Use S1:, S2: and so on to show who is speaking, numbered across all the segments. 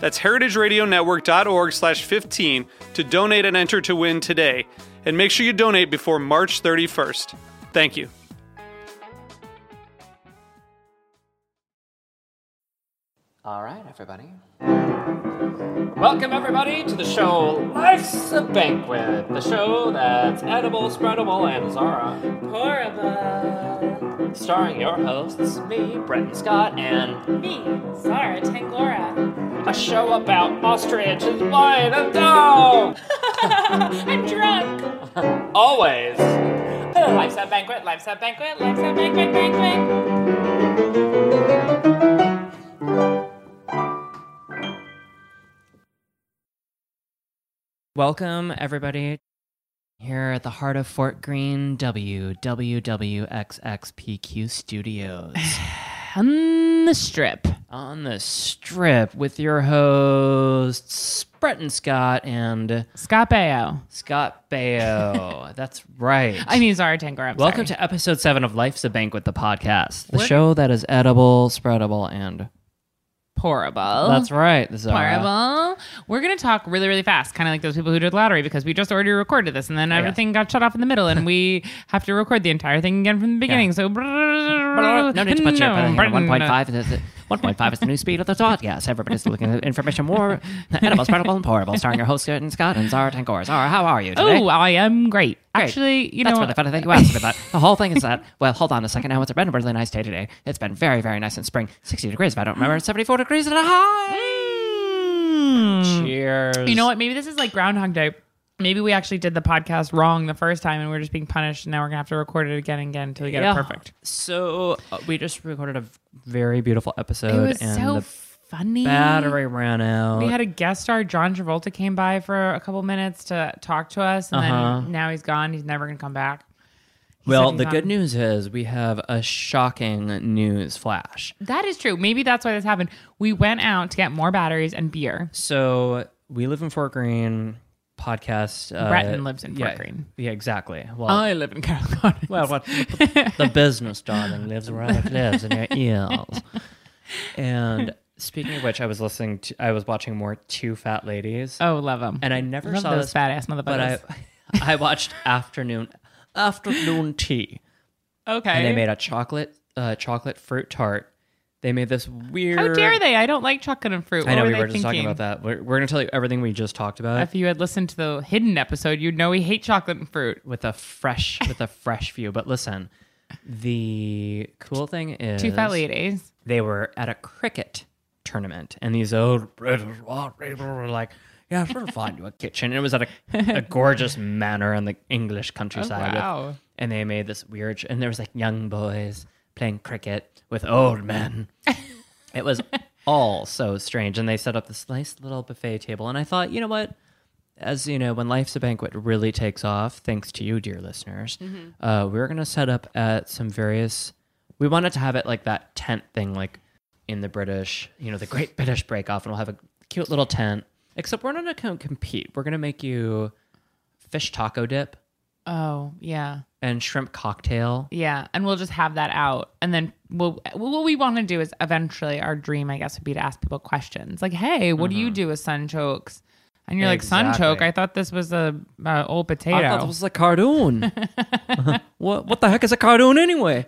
S1: That's heritageradionetwork.org slash 15 to donate and enter to win today. And make sure you donate before March 31st. Thank you.
S2: All right, everybody. Welcome, everybody, to the show Life's a Banquet, the show that's edible, spreadable, and Zara.
S3: Horrible.
S2: Starring your hosts, me, Brenton Scott, and
S3: Me, Zara Tangora.
S2: a show about ostriches, lion, and dog!
S3: I'm drunk.
S2: Always!
S3: Life's a banquet, life's a banquet, life's a banquet, banquet.
S4: Welcome, everybody, here at the heart of Fort Greene, WWWXXPQ Studios on the strip. On the strip with your hosts, Bretton Scott and
S3: Scott Baio.
S4: Scott Baio. That's right.
S3: I mean, Zara Tangora. I'm
S4: welcome
S3: sorry.
S4: to episode seven of Life's a Banquet, the podcast, the
S3: What-
S4: show that is edible, spreadable, and
S3: Horrible.
S4: that's right. This is
S3: Horrible. We're going to talk really, really fast, kind of like those people who did lottery because we just already recorded this and then everything got shut off in the middle and we have to record the entire thing again from the beginning. So,
S4: No need to put your
S3: No,
S4: opinion on
S3: Britain.
S4: 1.5. is the- 1.5 is the new speed of the thought. Yes, everybody's looking at information more. Edible, spreadable, and pourable. Starring your host, Curtin Scott and Zara Tankor. Zara, how are you today?
S3: Oh, I am great.
S4: Great.
S3: Actually, you
S4: That's
S3: know,
S4: really funny thing you asked me about. The whole thing is that, well, hold on a second. Now, it's been a really nice day today. It's been very, very nice in spring. 60 degrees, if I don't remember. 74 degrees and a high.
S3: Mm.
S4: Cheers.
S3: You know what? Maybe this is like Groundhog Day. Maybe we actually did the podcast wrong the first time and we're just being punished. And now we're going to have to record it again and again until we get
S4: Yeah.
S3: it perfect.
S4: So, uh, we just recorded a very beautiful episode.
S3: It was
S4: and
S3: so
S4: the
S3: funny.
S4: battery ran out.
S3: We had a guest star, John Travolta, came by for a couple minutes to talk to us. And
S4: Uh-huh.
S3: then now he's gone. He's never going to come back. He
S4: Well,
S3: said he's
S4: the
S3: on-
S4: good news is we have a shocking news flash.
S3: That is true. Maybe that's why this happened. We went out to get more batteries and beer.
S4: So we live in Fort Greene. Podcast. Uh,
S3: Breton lives in Fort
S4: yeah,
S3: Greene.
S4: Yeah, exactly. Well,
S3: I live in Carroll Gardens.
S4: well, what,
S3: Oh.
S4: the, the business darling lives where it lives in your ears. And speaking of which, I was listening. to I was watching more Two Fat Ladies,
S3: oh, love him.
S4: and I never
S3: love
S4: saw
S3: those
S4: this,
S3: fat ass motherfuckers.
S4: but I I watched afternoon afternoon tea.
S3: okay.
S4: And they made a chocolate uh, chocolate fruit tart. They made this weird.
S3: How dare they? I don't like chocolate and fruit.
S4: I know
S3: what
S4: we
S3: were,
S4: were
S3: they
S4: just talking
S3: thinking?
S4: about that. We're, we're gonna tell you everything we just talked about
S3: If you had listened to the hidden episode, you'd know we hate chocolate and fruit.
S4: with a fresh with a fresh view. But listen, the cool thing is
S3: Two fat ladies.
S4: they were at a cricket tournament, and these old British old people were like. Yeah, we'll find you a kitchen. And it was at a, a gorgeous manor in the English countryside. with-
S3: wow.
S4: and they made this weird, sh- and there was like young boys playing cricket with old men. It was all so strange. And they set up this nice little buffet table. And I thought, you know what? As you know, when Life's a Banquet really takes off, thanks to you, dear listeners, uh, we were going to set up at some various. We wanted to have it like that tent thing, like in the British, you know, the Great British Break Off, and we'll have a cute little tent. Except we're not going to compete. We're going to make you fish taco dip
S3: Oh, yeah.
S4: and shrimp cocktail.
S3: Yeah. And we'll just have that out. And then we'll, what we want to do is eventually our dream, I guess, would be to ask people questions like, hey, what do you do with sunchokes? And you're like,
S4: Mm-hmm. Exactly.
S3: sunchoke? I thought this was a uh, old potato.
S4: a cartoon. what, what the heck is a cartoon anyway?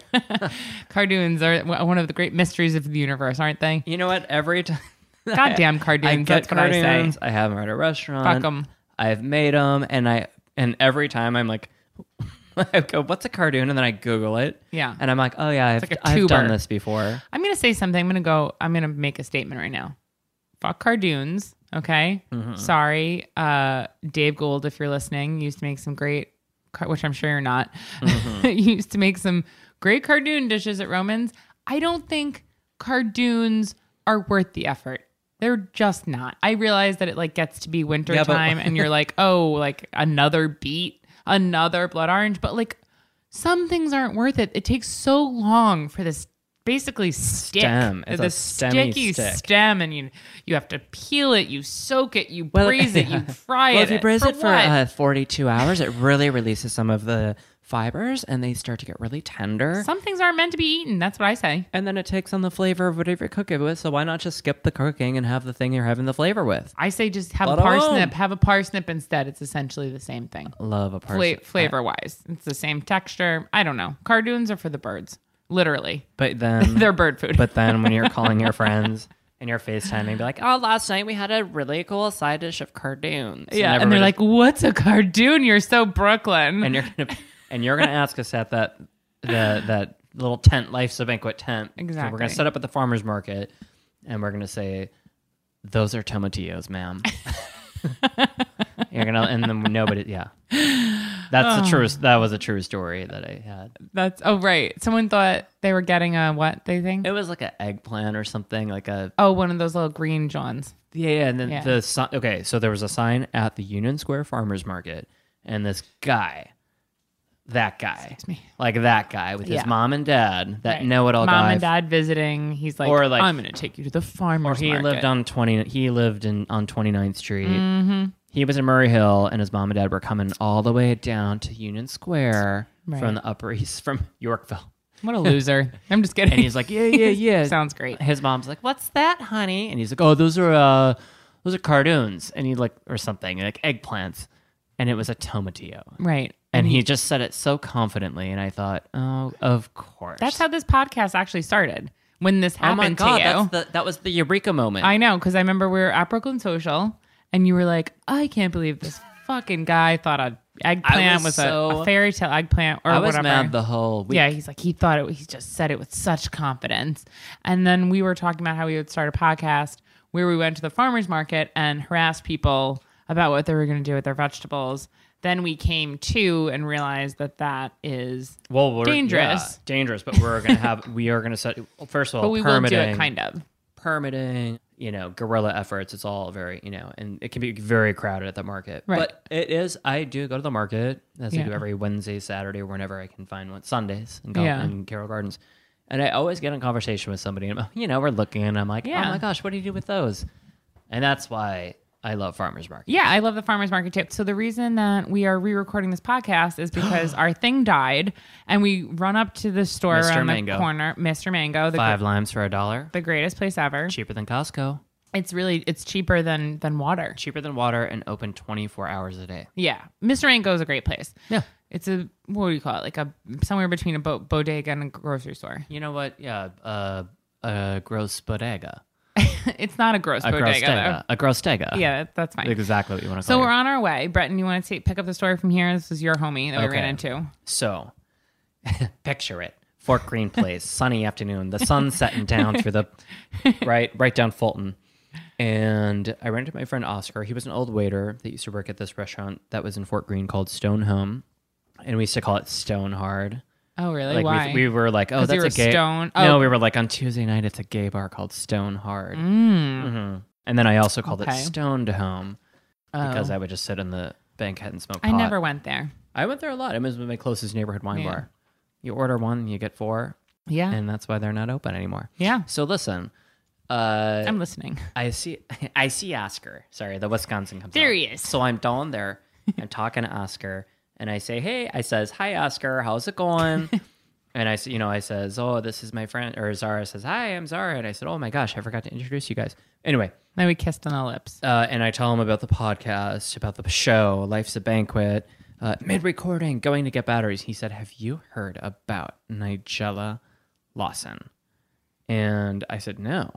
S3: Cardoons are w- one of the great mysteries of the universe, aren't they?
S4: You know what? Every time
S3: Goddamn cardoons.
S4: I
S3: that's
S4: get
S3: what I
S4: cartoons,
S3: say.
S4: I, have them at a restaurant.
S3: Fuck 'em.
S4: I've made them, and I and every time I'm like, I go, what's a cardoon? And then I Google it.
S3: Yeah.
S4: And I'm like, oh yeah, I've,
S3: like a
S4: I've done
S3: tuber.
S4: this before.
S3: I'm going to say something. I'm going to go, I'm going to make a statement right now. Fuck cardoons. Okay.
S4: Mm-hmm.
S3: Sorry. Uh, Dave Gould, if you're listening, used to make some great, car- which I'm sure you're not,
S4: Mm-hmm.
S3: used to make some great cardoon dishes at Romans. I don't think cardoons are worth the effort. They're just not. I realize that it like gets to be winter
S4: Yeah, but-
S3: time and you're like, oh, like another beet, another blood orange, but like some things aren't worth it. It takes so long for this basically stick,
S4: Stem. It's a
S3: this
S4: stemmy
S3: sticky
S4: stick.
S3: stem, and you you have to peel it, you soak it, you
S4: Well,
S3: braise it, you
S4: yeah.
S3: fry it.
S4: Well, if you braise it for
S3: what?
S4: uh, 42 hours, it really releases some of the fibers and they start to get really tender.
S3: some things aren't meant to be eaten. That's what I say.
S4: and then it takes on the flavor of whatever you cook it with. So why not just skip the cooking and have the thing you're having the flavor with?
S3: I say just have
S4: Let
S3: a
S4: alone.
S3: parsnip. Have a parsnip instead. It's essentially the same thing,
S4: Love a parsley.
S3: Fla- flavor wise. It's the same texture. I don't know. Cardoons are for the birds, literally.
S4: But then
S3: They're bird food.
S4: But then when you're calling your friends and you're FaceTiming, be like, oh, last night we had a really cool side dish of cardoons.
S3: yeah, and they're like, "What's a cardoon? You're so Brooklyn."
S4: and you're gonna and you're gonna ask us at that the that little tent, life's a banquet tent. So we're
S3: Exactly.
S4: gonna set up at the farmers market, and we're gonna say, "Those are tomatillos, ma'am." you're gonna and then nobody, yeah. That's the true. That was a true story that I had.
S3: That's oh right. Someone thought they were getting a what they think?
S4: It was like an eggplant or something, like a
S3: Oh, one of those little green Johns.
S4: Yeah, yeah, and then
S3: Yeah.
S4: the si- okay, so there was a sign at the Union Square Farmers Market, and this guy, that guy,
S3: me.
S4: like that guy with
S3: Yeah.
S4: his mom and dad, that
S3: Right.
S4: know-it-all
S3: Mom
S4: guy,
S3: and dad visiting. He's like,
S4: Or, like-
S3: I'm going to take you to the farmer's
S4: he
S3: market.
S4: lived on twenty, he lived in on 29th Street. He was in Murray Hill, and his mom and dad were coming all the way down to Union Square
S3: Right.
S4: from the Upper East, from Yorkville,
S3: what a loser. I'm just kidding.
S4: and he's like, yeah, yeah, yeah,
S3: Sounds great.
S4: His mom's like, "What's that, honey?" And he's like, "Oh, those are uh, those are cardoons," and he like or something like eggplants, and it was a tomatillo,
S3: right.
S4: and he just said it so confidently, and I thought, "Oh, of course."
S3: That's how this podcast actually started. When this
S4: Oh
S3: happened
S4: my god,
S3: to you.
S4: that's the that was the eureka moment.
S3: I know, because I remember we were at Brooklyn Social and you were like, I can't believe this fucking guy thought an eggplant
S4: was
S3: was, a- a,
S4: so-
S3: fairy tale eggplant or
S4: I was
S3: whatever.
S4: mad the whole week.
S3: Yeah, he's like he thought it. He just said it with such confidence. And then we were talking about how we would start a podcast where we went to the farmers market and harassed people about what they were going to do with their vegetables. Then we came to and realized that that is
S4: well, we're,
S3: Dangerous.
S4: yeah, dangerous, but we're gonna have we are gonna set first of all
S3: but we
S4: permitting,
S3: will do it kind of.
S4: permitting, you know, guerrilla efforts. It's all very, you know, and it can be very crowded at the market.
S3: Right.
S4: But it is, I do go to the market as I do
S3: Yeah.
S4: every Wednesday, Saturday, or whenever I can find one, Sundays in, Gal-
S3: Yeah.
S4: in Carroll Gardens. And I always get in conversation with somebody, and I'm, you know, we're looking, and I'm like, oh
S3: Yeah.
S4: my gosh, what do you do with those? And that's why I love farmers market.
S3: Yeah, I love the farmers market tip. So the reason that we are re-recording this podcast is because our thing died, and we run up to the store
S4: Mr.
S3: around
S4: Mango.
S3: the corner, Mr. Mango, the,
S4: Five
S3: gr-
S4: limes for a dollar,
S3: the greatest place ever.
S4: cheaper than Costco,
S3: It's really it's cheaper than than water.
S4: cheaper than water, and open 24 hours a day.
S3: Yeah, Mr. Anko is a great place.
S4: Yeah.
S3: it's a what do you call it? Like a somewhere between a bo- bodega and a grocery store.
S4: You know what? Yeah, uh, a gross bodega.
S3: it's not a gross
S4: A
S3: bodega
S4: gross stega. A gross stega.
S3: though. Yeah, that- that's fine.
S4: Exactly what you want to call
S3: So we're
S4: it.
S3: on our way. Breton, you want to take, pick up the story from here? This is your homie that we
S4: Okay.
S3: ran into.
S4: So picture it. Fort Greene Place, sunny afternoon. The sun's setting down through the right right down Fulton. And I ran into my friend Oscar. He was an old waiter that used to work at this restaurant that was in Fort Greene called Stone Home. And we used to call it Stone Hard.
S3: Oh, really?
S4: Like
S3: Why?
S4: We, we were like, oh,
S3: 'Cause you
S4: that's
S3: were
S4: a gay.
S3: stone-
S4: No,
S3: oh.
S4: we were like on Tuesday night. It's a gay bar called Stone Hard.
S3: Mm.
S4: hmm And then I also called
S3: Okay.
S4: it Stoned Home
S3: Oh.
S4: because I would just sit in the banquette and smoke.
S3: I
S4: pot.
S3: never went there.
S4: I went there a lot. It was my closest neighborhood wine
S3: Yeah.
S4: bar. You order one, you get four,
S3: Yeah,
S4: and that's why they're not open anymore.
S3: yeah.
S4: So listen, uh,
S3: I'm listening.
S4: I see, I see Oscar. Sorry, the Wisconsin comes.
S3: There
S4: out.
S3: he is.
S4: So I'm down there. I'm talking to Oscar, and I say, "Hey," I says, "Hi, Oscar. How's it going?" and I, s- you know, I says, "Oh, this is my friend," or Zara says, "Hi, I'm Zara," and I said, "Oh my gosh, I forgot to introduce you guys." Anyway,
S3: Then we kissed on the lips.
S4: uh, and I tell him about the podcast, about the show, Life's a Banquet, uh, mid recording, going to get batteries. He said, Have you heard about Nigella Lawson? And I said, No.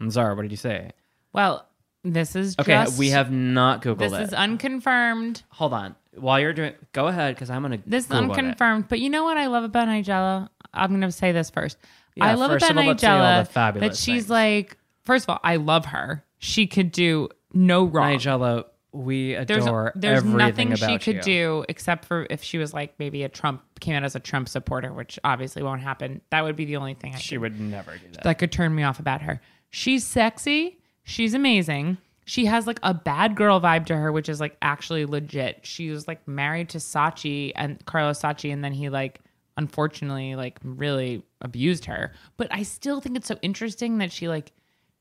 S4: And Zara, what did you say?
S3: Well, this is
S4: Okay,
S3: just-
S4: we have not Googled
S3: This
S4: it.
S3: is unconfirmed.
S4: Hold on. while you're doing, go ahead because I'm gonna.
S3: This is
S4: Google it.
S3: unconfirmed, but you know what I love about Nigella? I'm going to say this first.
S4: Yeah,
S3: I love
S4: first of
S3: about
S4: all, let's say all the
S3: Nigella that
S4: fabulous
S3: she's
S4: things.
S3: like, first of all, I love her. She could do no wrong.
S4: Nigella, we
S3: there's
S4: adore
S3: there's
S4: everything
S3: nothing
S4: about
S3: she could
S4: you.
S3: do except for if she was like maybe a Trump came out as a Trump supporter, which obviously won't happen. That would be the only thing I
S4: She would never do that.
S3: that could turn me off about her. She's sexy. She's amazing. She has like a bad girl vibe to her, which is like actually legit. She was like married to Sachi and Carlos Sachi, and then he like unfortunately like really abused her. But I still think it's so interesting that she like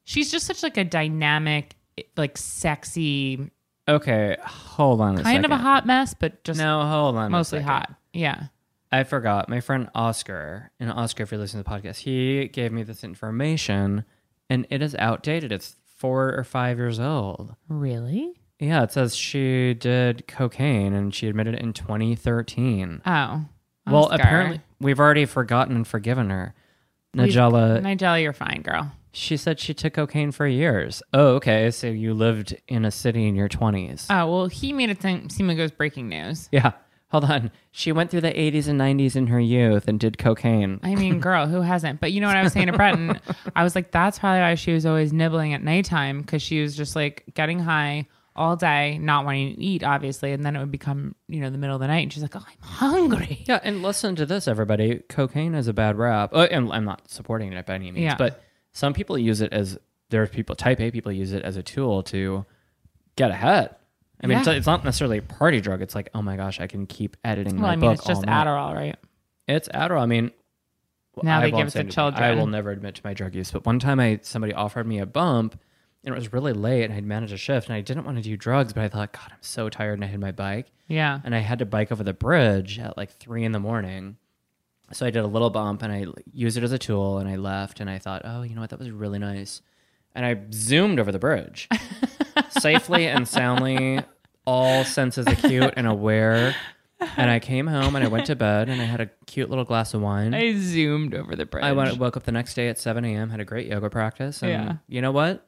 S3: she's just such like a dynamic, like sexy,
S4: Okay, hold on. A
S3: kind of a
S4: second.
S3: hot mess, but just
S4: No, hold on. a
S3: mostly
S4: second.
S3: hot. Yeah.
S4: I forgot. My friend Oscar, and Oscar, if you're listening to the podcast, he gave me this information, and it is outdated. It's four or five years old.
S3: Really?
S4: Yeah, it says she did cocaine, and she admitted it in 2013.
S3: Oh.
S4: Well,
S3: Oscar.
S4: apparently, we've already forgotten and forgiven her.
S3: We've-
S4: Nigella,
S3: Nigella, you're fine, girl.
S4: she said she took cocaine for years. Oh, okay. So you lived in a city in your 20s.
S3: Oh well, he made it th- seem like it was breaking news.
S4: yeah. Hold on. She went through the 80s and 90s in her youth and did cocaine.
S3: I mean, girl, who hasn't? But you know what I was saying to Breton? I was like, that's probably why she was always nibbling at nighttime because she was just like getting high all day, not wanting to eat, obviously. And then it would become, you know, the middle of the night. And she's like, oh, I'm hungry.
S4: Yeah, and listen to this, everybody. Cocaine is a bad rap. Uh, and I'm not supporting it by any means,
S3: Yeah.
S4: but some people use it as there are people type A people use it as a tool to get ahead. I mean, it's,
S3: Yeah.
S4: it's not necessarily a party drug. It's like, oh my gosh, I can keep editing
S3: Well,
S4: my
S3: I mean,
S4: book
S3: it's just
S4: all night.
S3: Adderall, right?
S4: It's Adderall. I mean, well,
S3: Now
S4: I
S3: they
S4: won't
S3: give it
S4: say
S3: to
S4: anything. I
S3: children.
S4: will never admit to my drug use, but one time I somebody offered me a bump, and it was really late, and I'd managed a shift, and I didn't want to do drugs, but I thought, God, I'm so tired, and I had my bike,
S3: Yeah.
S4: and I had to bike over the bridge at like three in the morning. So I did a little bump and I like, used it as a tool and I left and I thought, oh, you know what? That was really nice. And I zoomed over the bridge safely and soundly, all senses acute and aware. And I came home and I went to bed and I had a cute little glass of wine. I,
S3: I zoomed over the bridge.
S4: went, woke up the next day at 7 a.m., had a great yoga practice. And
S3: Yeah.
S4: you know what?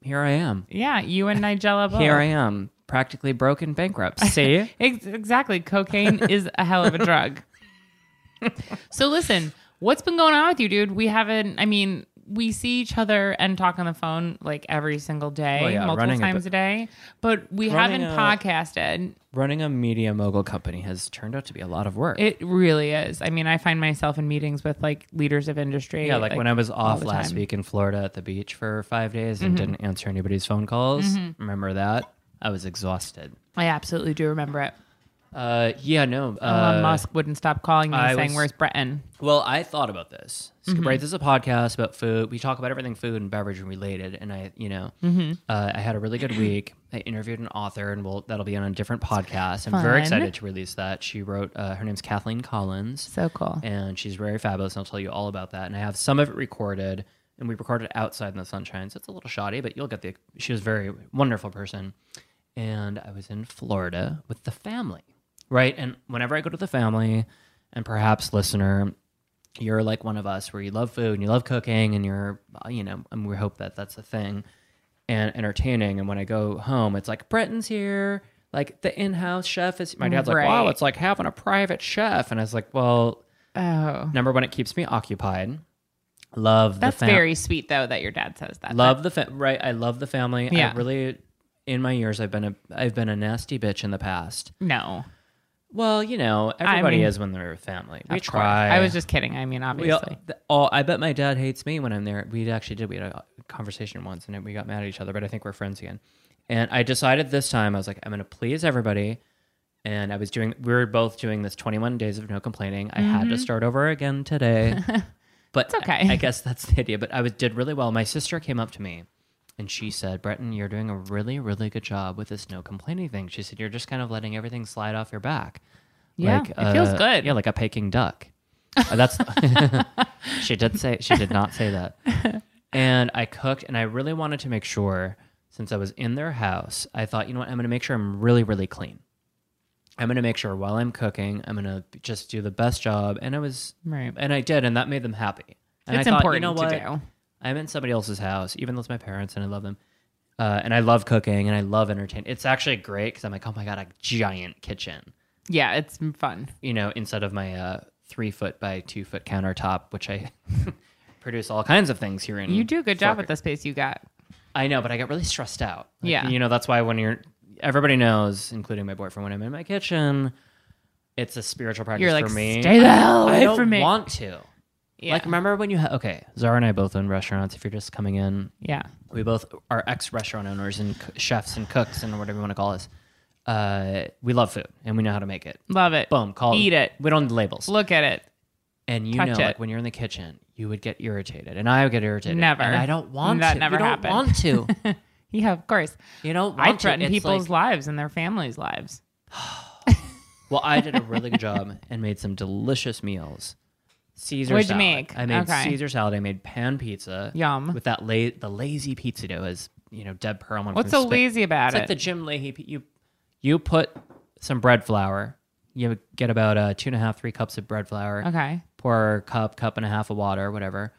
S4: Here I am.
S3: Yeah, you and Nigella both.
S4: Here I am, practically broken bankrupt. See?
S3: Ex- exactly. Cocaine is a hell of a drug. so listen, what's been going on with you, dude? We haven't. I mean, we see each other and talk on the phone like every single day,
S4: Oh, yeah,
S3: multiple
S4: running a
S3: times a,
S4: bu-
S3: day, but we haven't
S4: Running a-
S3: podcasted.
S4: running a media mogul company has turned out to be a lot of work.
S3: It really is. I mean, I find myself in meetings with like leaders of industry.
S4: yeah, like, when I was off
S3: the
S4: last
S3: time. Mm-hmm.
S4: week in Florida at the beach for five days and didn't answer anybody's phone calls. Remember that? I was exhausted.
S3: I absolutely do remember it.
S4: Uh, yeah, no. Uh,
S3: Elon Musk wouldn't stop calling me
S4: I
S3: saying,
S4: was-
S3: "Where's Breton?"
S4: Well, I thought about this. So,
S3: Mm-hmm.
S4: Right, this is a podcast about food. We talk about everything food and beverage and related. And I, you know,
S3: Mm-hmm.
S4: uh, I had a really good week. I interviewed an author, and we'll, that'll be on a different podcast. I'm
S3: Fun.
S4: very excited to release that. She wrote. Uh, her name's Kathleen Collins.
S3: So cool.
S4: and she's very fabulous. And I'll tell you all about that. And I have some of it recorded, and we recorded outside in the sunshine, so it's a little shoddy, but you'll get the. She was a very wonderful person, and I was in Florida with the family, right? And whenever I go to the family, and perhaps listener, you're like one of us where you love food and you love cooking, and you're, uh, you know, and we hope that that's a thing and entertaining. And when I go home, it's like Breton's here. Like the in-house chef is my dad's like, wow,
S3: Right.
S4: it's like having a private chef, and I was like, well,
S3: Oh,
S4: Number one, it keeps me occupied. Love
S3: that's
S4: the family.
S3: very sweet though that your dad says that.
S4: love the fa- right. I love the family.
S3: Yeah.
S4: I really, in my years, I've been a I've been a nasty bitch in the past.
S3: no,
S4: Well, you know, everybody
S3: mean-
S4: is when they're a family. We
S3: Of course.
S4: try.
S3: I was just kidding. I mean,
S4: We all,
S3: obviously.
S4: th- all, oh, I bet my dad hates me when I'm there. We actually did. We had a conversation once, and we got mad at each other. But I think we're friends again. And I decided this time I was like, I'm going to please everybody. And I was doing. We were both doing this 21 days of no complaining. I had to start over again today. but it's
S3: Mm-hmm. okay.
S4: I, I guess that's the idea. But I was did really well. My sister came up to me. And she said, Breton, you're doing a really, really good job with this no complaining thing. She said, You're just kind of letting everything slide off your back.
S3: Yeah, it feels good.
S4: uh, Yeah, like a Peking duck. Uh, That's she did say she did not say that. And I cooked, and I really wanted to make sure since I was in their house, I thought, you know what, I'm going to make sure I'm really, really clean. I'm going to make sure while I'm cooking, I'm going to just do the best job. And I was
S3: Right.
S4: and I did, and that made them happy. And
S3: It's
S4: I thought,
S3: important
S4: you know
S3: to
S4: what?
S3: do.
S4: I'm in somebody else's house, even though it's my parents and I love them. Uh, and I love cooking and I love entertain. It's actually great because I'm like, oh my god, a giant kitchen.
S3: Yeah, it's fun.
S4: You know, instead of my uh, three foot by two foot countertop, which I produce all kinds of things here in.
S3: You do a good job
S4: Fort-
S3: with the space you got.
S4: I know, but I got really stressed out. Like,
S3: Yeah.
S4: You know, that's why when you're, everybody knows, including my boyfriend, when I'm in my kitchen, it's a spiritual practice
S3: You're like,
S4: for me.
S3: stay the hell
S4: I
S3: away
S4: don't
S3: from me.
S4: want to.
S3: Yeah.
S4: Like, remember when you, ha- okay, Zara and I both own restaurants. If you're just coming in,
S3: yeah.
S4: we both are ex restaurant owners and c- chefs and cooks and whatever you want to call us. Uh, we love food and we know how to make it.
S3: Love it.
S4: Boom, call
S3: Eat it.
S4: We don't need labels.
S3: Look at it.
S4: and you
S3: touch
S4: know,
S3: it.
S4: like when you're in the kitchen, you would get irritated, and I would get irritated.
S3: Never.
S4: And I don't want
S3: That
S4: to.
S3: never
S4: you don't
S3: happened.
S4: want to.
S3: Yeah, of course.
S4: You don't. Want
S3: I
S4: to.
S3: threaten
S4: It's
S3: people's
S4: like-
S3: lives and their families' lives.
S4: Well, I did a really good job and made some delicious meals. Caesar
S3: What'd you
S4: salad.
S3: make?
S4: I made
S3: Okay.
S4: Caesar salad. I made pan pizza.
S3: Yum.
S4: With that la- the lazy pizza dough, as you know, Deb Perlman.
S3: What's so
S4: from Spit-
S3: lazy about
S4: It's like
S3: it?
S4: the Jim Leahy. pi- You you put some bread flour. You get about uh, two and a half, three cups of bread flour.
S3: okay.
S4: Pour a cup, cup and a half of water, whatever.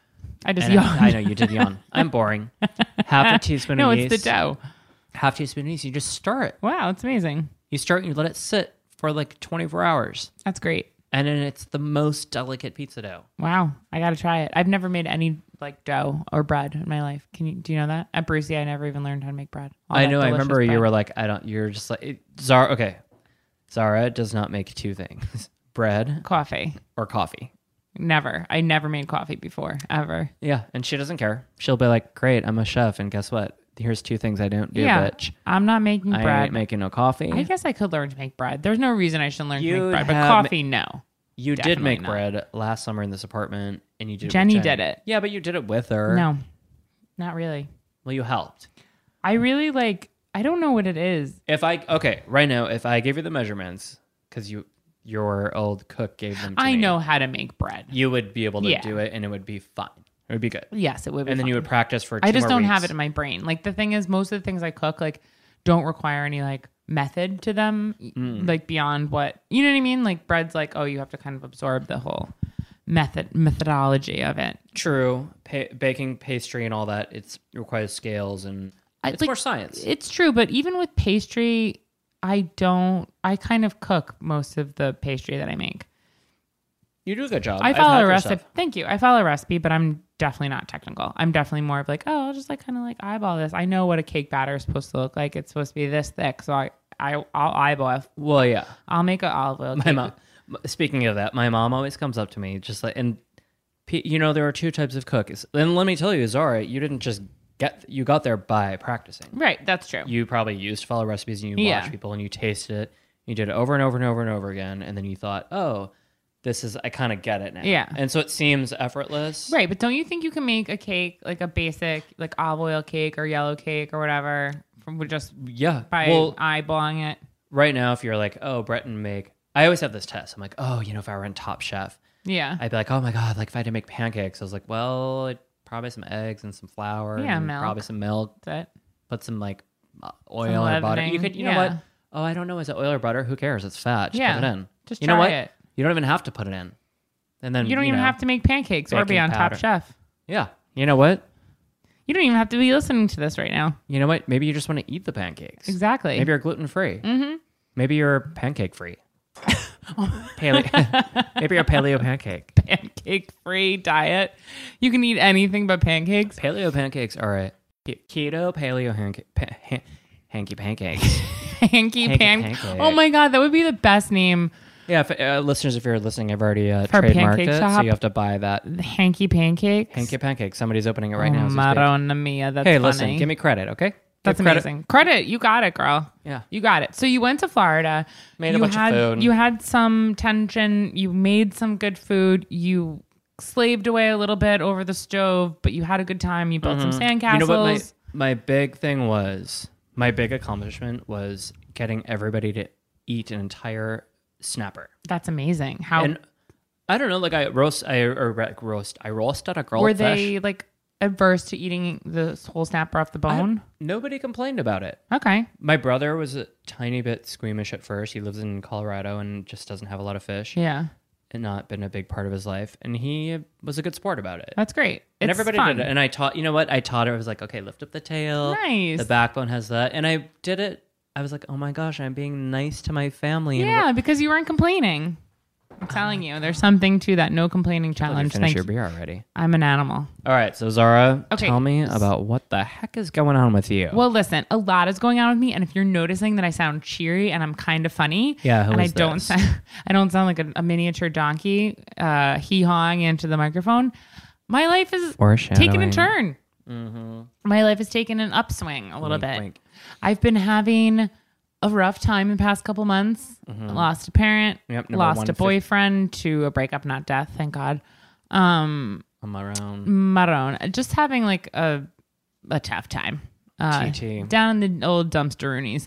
S3: I just
S4: And I, I
S3: yawned.
S4: know you did yawn. I'm boring. Half a teaspoon
S3: No,
S4: of
S3: it's
S4: yeast.
S3: the dough.
S4: Half teaspoon of yeast. You just stir it.
S3: Wow, it's amazing.
S4: You stir it and you let it sit for like 24 hours.
S3: That's great.
S4: And then it's the most delicate pizza dough.
S3: Wow, I gotta try it. I've never made any like dough or bread in my life. Can you? Do you know that at Brucey, I never even learned how to make bread. All
S4: I
S3: Oh, that
S4: know. I
S3: delicious
S4: remember you
S3: bread.
S4: were like, I don't. You're just like it, Zara. Okay, Zara does not make two things: bread
S3: coffee.
S4: or coffee.
S3: Never. I never made coffee before ever.
S4: Yeah, and she doesn't care. She'll be like, "Great, I'm a chef, and guess what? Here's two things I don't do,
S3: yeah,
S4: bitch.
S3: I'm not making
S4: I
S3: bread.
S4: ain't making no coffee.
S3: I guess I could learn to make bread. There's no reason I should learn to
S4: You
S3: make bread, but
S4: have-
S3: coffee, no.
S4: you did make
S3: not.
S4: bread last summer in this apartment, and you did. it with
S3: Jenny
S4: Jenny
S3: did it.
S4: Yeah, but you did it with her.
S3: No, not really.
S4: Well, you helped.
S3: I really like. I don't know what it is.
S4: If I okay, right now, if I gave you the measurements, because you your old cook gave them. to
S3: I
S4: me,
S3: know how to make bread.
S4: you would be able to
S3: Yeah.
S4: do it, and it would be fine. It would be good.
S3: Yes, it would. Be
S4: and then you
S3: fine.
S4: would practice for. Two
S3: I just
S4: more
S3: don't
S4: weeks.
S3: have it in my brain. Like the thing is, most of the things I cook like don't require any like method to them, y-
S4: Mm.
S3: like beyond what you know what I mean. Like bread's like, oh, you have to kind of absorb the whole method methodology of it.
S4: True, pa- baking pastry and all that it's it requires scales and
S3: I-
S4: it's
S3: like,
S4: more science.
S3: It's true, but even with pastry, I don't. I kind of cook most of the pastry that I make.
S4: you do a good job.
S3: I
S4: I've
S3: follow
S4: had
S3: a
S4: your
S3: recipe.
S4: stuff.
S3: Thank you. I follow a recipe, but I'm definitely not technical. I'm definitely more of like, oh, I'll just like kind of like eyeball this. I know what a cake batter is supposed to look like. It's supposed to be this thick, so I, I I'll eyeball. It.
S4: Well, yeah.
S3: I'll make an olive oil.
S4: My mom. m- Speaking of that, my mom always comes up to me just like, and pe- you know there are two types of cooks. And let me tell you, Zara, you didn't just get you got there by practicing.
S3: Right, that's true.
S4: You probably used to follow recipes and you watched
S3: Yeah.
S4: people and you tasted it. You did it over and over and over and over again, and then you thought, oh, this is I kind of get it now.
S3: Yeah.
S4: and so it seems effortless.
S3: right, but don't you think you can make a cake like a basic like olive oil cake or yellow cake or whatever from with just
S4: Yeah.
S3: by
S4: well,
S3: eyeballing it?
S4: right now, if you're like, oh, Brett and make, I always have this test. I'm like, oh, you know, if I were in Top Chef,
S3: Yeah,
S4: I'd be like, oh my god, like if I had to make pancakes, I was like, well, I'd probably some eggs and some flour,
S3: Yeah,
S4: and
S3: milk.
S4: probably some milk,
S3: that's it.
S4: put some like uh,
S3: Some
S4: oil or butter. You
S3: leavening.
S4: could, you know
S3: Yeah.
S4: what? Oh, I don't know, is it oil or butter? Who cares? It's fat. Just
S3: Yeah.
S4: put it in.
S3: Just
S4: you know
S3: try
S4: what?
S3: it.
S4: You don't even have to put it in. And then
S3: You don't even
S4: know,
S3: have to make pancakes or be
S4: baking
S3: on
S4: powder.
S3: Top Chef.
S4: Yeah. You know what?
S3: You don't even have to be listening to this right now.
S4: You know what? Maybe you just want to eat the pancakes.
S3: Exactly.
S4: Maybe you're gluten free. Mm-hmm. Maybe you're pancake free. paleo. Maybe you're paleo pancake.
S3: pancake free diet. You can eat anything but pancakes.
S4: Paleo pancakes are a keto paleo hanky, pa- ha- hanky pancakes.
S3: Hanky
S4: Hanky
S3: pan.
S4: pancake.
S3: Oh my god, that would be the best name.
S4: yeah, if, uh, listeners, if you're listening, I've already uh,
S3: For
S4: trademarked
S3: pancake
S4: it, so
S3: shop.
S4: you have to buy that
S3: Hanky pancakes.
S4: hanky pancake. Somebody's opening it right now.
S3: oh,
S4: as we speak.
S3: Madonna mia. That's
S4: Hey,
S3: funny.
S4: listen, give me credit, okay? Give
S3: That's
S4: credit.
S3: amazing. Credit, you got it, girl.
S4: Yeah.
S3: you got it. So you went to Florida.
S4: Made a
S3: you
S4: bunch of
S3: had,
S4: food.
S3: You had some tension. You made some good food. You slaved away a little bit over the stove, but you had a good time. You built some sandcastles.
S4: Mm-hmm. You know what my my big thing was? My big accomplishment was getting everybody to eat an entire snapper.
S3: That's amazing. How
S4: And I don't know, like I roast, I or like roast, I roasted a girl.
S3: were they like adverse to eating the whole snapper off the bone?
S4: Nobody complained about it.
S3: okay.
S4: My brother was a tiny bit squeamish at first. He lives in Colorado and just doesn't have a lot of fish.
S3: Yeah.
S4: and not been a big part of his life, and he was a good sport about it.
S3: That's great. It's
S4: and everybody
S3: fun.
S4: did it. And I taught, you know what? I taught her. I was like, okay, lift up the tail.
S3: Nice.
S4: The backbone has that. And I did it. I was like, oh my gosh, I'm being nice to my family. and
S3: yeah, because you weren't complaining. I'm telling you, there's something to that no complaining
S4: we're-
S3: challenge.
S4: finish
S3: Thank
S4: your beer already.
S3: I'm an animal.
S4: All right. So, Zara,
S3: Okay.
S4: tell me about what the heck is going on with you.
S3: Well, listen, a lot is going on with me, and if you're noticing that I sound cheery and I'm kind of funny,
S4: Yeah, who
S3: and I
S4: is
S3: don't
S4: this?
S3: sound, I don't sound like a, a miniature donkey, uh, hee hawing into the microphone. My life is taking a
S4: Foreshadowing.
S3: turn. My life has taken an upswing a little
S4: Wink,
S3: bit.
S4: wink.
S3: I've been having a rough time in the past couple months. Lost a parent,
S4: Mm-hmm. Yep, number
S3: lost a
S4: 150.
S3: boyfriend to a breakup, not death, thank God. Um,
S4: I'm around.
S3: Maroon, just having like a a tough time. Uh,
S4: TT.
S3: down in the old dumpsteroonies.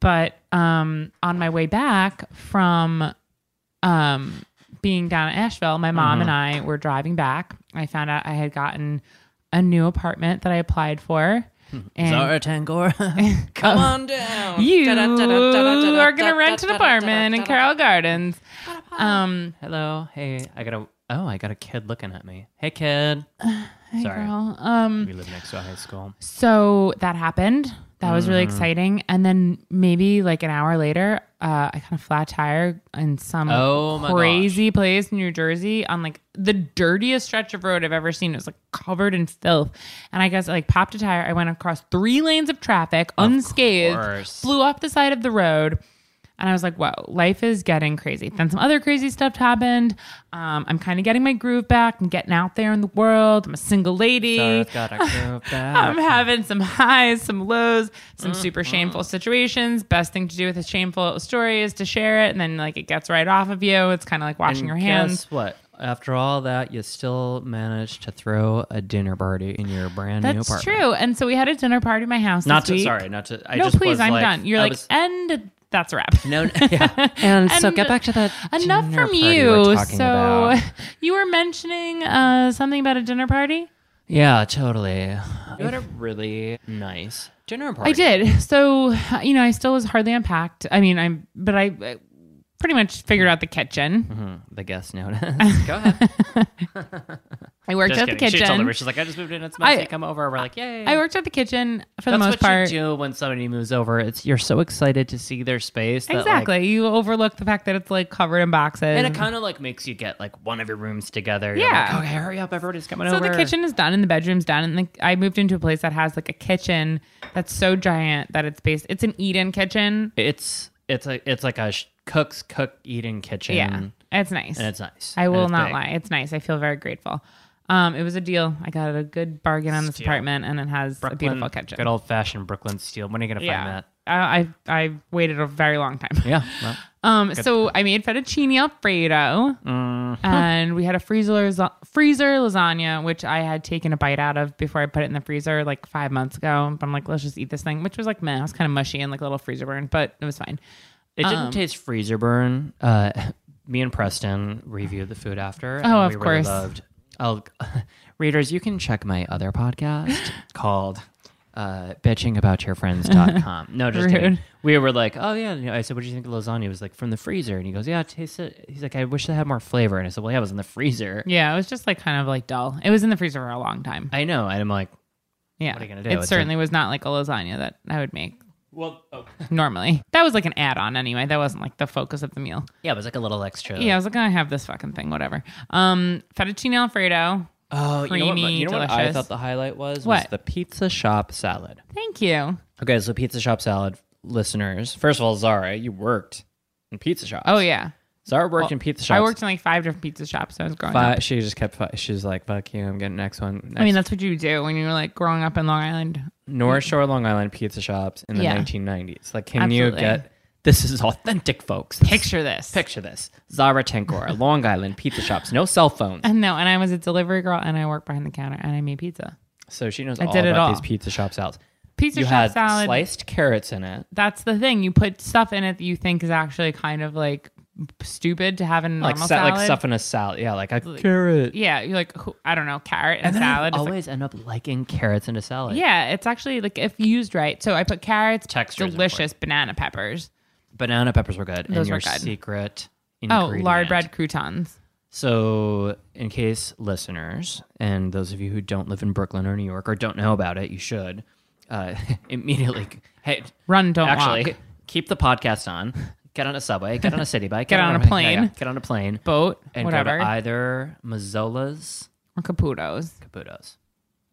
S3: But um, on my way back from um, being down at Asheville, my mom and I were driving back. I found out I had gotten a new apartment that I applied for. And
S4: Zara Tangora. Come on down.
S3: you are going to rent an apartment in Carroll Gardens. Um,
S4: Hello. Hey, I got a. Oh, I got a kid looking at me. Hey, kid.
S3: hey,
S4: Sorry.
S3: girl. Um,
S4: We live next to a high school.
S3: So that happened. That was
S4: Mm-hmm.
S3: really exciting. And then maybe like an hour later, uh, I got a flat tire in some
S4: Oh my
S3: crazy place in New Jersey on like the dirtiest stretch of road I've ever seen. It was like covered in filth. And I guess I like popped a tire. I went across three lanes of traffic unscathed,
S4: course.
S3: flew off the side of the road. And I was like, wow, life is getting crazy. Then some other crazy stuff happened. Um, I'm kind of getting my groove back. I'm getting out there in the world. I'm a single lady.
S4: Zara's got a group
S3: I'm
S4: back.
S3: having some highs, some lows, some super
S4: Mm-hmm.
S3: shameful situations. Best thing to do with a shameful story is to share it, and then like it gets right off of you. It's kind of like washing
S4: And
S3: your hands.
S4: Guess what? After all that, you still managed to throw a dinner party in your brand new
S3: That's
S4: apartment.
S3: true. And so we had a dinner party at my house.
S4: Not
S3: this
S4: to
S3: week.
S4: sorry, not to. I
S3: no,
S4: just
S3: please,
S4: was
S3: I'm
S4: like,
S3: done. You're
S4: I
S3: like,
S4: was-
S3: and that's a wrap.
S4: no, yeah. And, so
S3: And
S4: get back to that.
S3: Enough
S4: dinner
S3: from
S4: party we're
S3: you.
S4: talking
S3: So
S4: about.
S3: you were mentioning uh, something about a dinner party.
S4: yeah, totally. You had a really nice dinner party.
S3: I did. So you know, I still was hardly unpacked. I mean, I'm, but I. I pretty much figured out the kitchen.
S4: Mhm, The guest noticed. Go ahead.
S3: I worked
S4: Just
S3: out
S4: kidding.
S3: the kitchen.
S4: She told her she's like, I just moved in. It's messy.
S3: I-
S4: Come over. We're like, yay.
S3: I worked at the kitchen for the
S4: That's
S3: most
S4: what
S3: part.
S4: you do when somebody moves over. It's you're so excited to see their space. That, like,
S3: Exactly. you overlook the fact that it's like covered in boxes.
S4: and it kind of like makes you get like one of your rooms together. You're
S3: Yeah.
S4: like, okay, hurry up. Everybody's coming
S3: so
S4: over.
S3: the kitchen is done and the bedroom's done. And like I moved into a place that has like a kitchen that's so giant that it's based it's an eat-in kitchen.
S4: It's it's a it's like a sh- cook's cook eating kitchen.
S3: Yeah. It's nice.
S4: Mm. and it's nice.
S3: I
S4: and
S3: will
S4: it's
S3: not
S4: big.
S3: lie. It's nice. I feel very grateful. Um, it was a deal. I got a good bargain on this
S4: Steal.
S3: apartment and it has a beautiful kitchen.
S4: Good old fashioned Brooklyn steel. When are you gonna
S3: yeah.
S4: find
S3: I, I I waited a very long time.
S4: that? Yeah. Well,
S3: Um, so I made fettuccine alfredo,
S4: Mm-hmm.
S3: and we had a freezer lasa- freezer lasagna, which I had taken a bite out of before I put it in the freezer like five months ago. But I'm like, let's just eat this thing, which was like, man, it was kind of mushy and like a little freezer burn, but it was fine.
S4: it didn't
S3: Um,
S4: taste freezer burn. Uh, me and Preston reviewed the food after. and
S3: Oh, of
S4: we really
S3: course.
S4: loved. Oh, readers, you can check my other podcast called uh, bitchingaboutyourfriends.com. No, just kidding.
S3: Rude.
S4: We were like, oh yeah. And I said, what do you think of lasagna? He was like from the freezer, and he goes, yeah, it tastes it. He's like, I wish they had more flavor. And I said, well, yeah, it was in the freezer.
S3: Yeah, it was just like kind of like dull. It was in the freezer for a long time.
S4: I know. And I'm like,
S3: Yeah,
S4: what are you gonna do?
S3: It
S4: It's a-
S3: certainly was not like a lasagna that I would make
S4: well, oh.
S3: normally. That was like an add-on anyway. That wasn't like the focus of the meal.
S4: yeah, it was like a little extra.
S3: Yeah, I was like, I have this fucking thing, whatever. Um, fettuccine alfredo.
S4: Oh, you know what, my-
S3: creamy,
S4: you know what I
S3: delicious.
S4: thought the highlight was? Was
S3: What?
S4: the pizza shop salad.
S3: Thank you.
S4: Okay, so pizza shop salad listeners. First of all, Zara, you worked in pizza shops.
S3: Oh yeah.
S4: Zara worked in pizza shops.
S3: I worked in like five different pizza shops. when I was growing up.
S4: Fi- she just kept. Fi- she's like, "Fuck you! I'm getting next one." Next.
S3: I mean, that's what you do when you were like growing up in Long Island.
S4: North Shore, Long Island pizza shops in the
S3: Yeah.
S4: 1990s. Like, can you
S3: Absolutely.
S4: get? This is authentic, folks. This-
S3: Picture this.
S4: picture this. Zara Tenkor, Long Island pizza shops, no cell phones.
S3: And no, and I was a delivery girl, and I worked behind the counter, and I made pizza.
S4: So she knows
S3: I
S4: all
S3: did it
S4: about
S3: all.
S4: these pizza shop salads.
S3: Pizza
S4: you
S3: shop
S4: had
S3: salad.
S4: sliced carrots in it,
S3: That's the thing. You put stuff in it that you think is actually kind of like stupid to have in a
S4: like
S3: normal
S4: sa-
S3: salad.
S4: like stuff in a salad. Yeah, like a carrot.
S3: Yeah, you're like who- I don't know, carrot and, salad. It's
S4: I
S3: like-
S4: always end up liking carrots in a salad.
S3: yeah, it's actually like if used right. So I put carrots,
S4: Texture's
S3: delicious banana peppers.
S4: banana peppers were good.
S3: Those
S4: and your
S3: were good.
S4: secret,
S3: Oh,
S4: ingredient.
S3: lard bread croutons.
S4: So, in case listeners and those of you who don't live in Brooklyn or New York or don't know about it, you should uh, immediately. Hey,
S3: Run, don't
S4: actually,
S3: walk.
S4: keep the podcast on. Get on a subway. Get on a city bike.
S3: Get on a
S4: whatever-
S3: plane.
S4: get on a plane.
S3: Boat,
S4: and
S3: whatever.
S4: go to either Mazzola's,
S3: or Caputo's.
S4: Caputo's.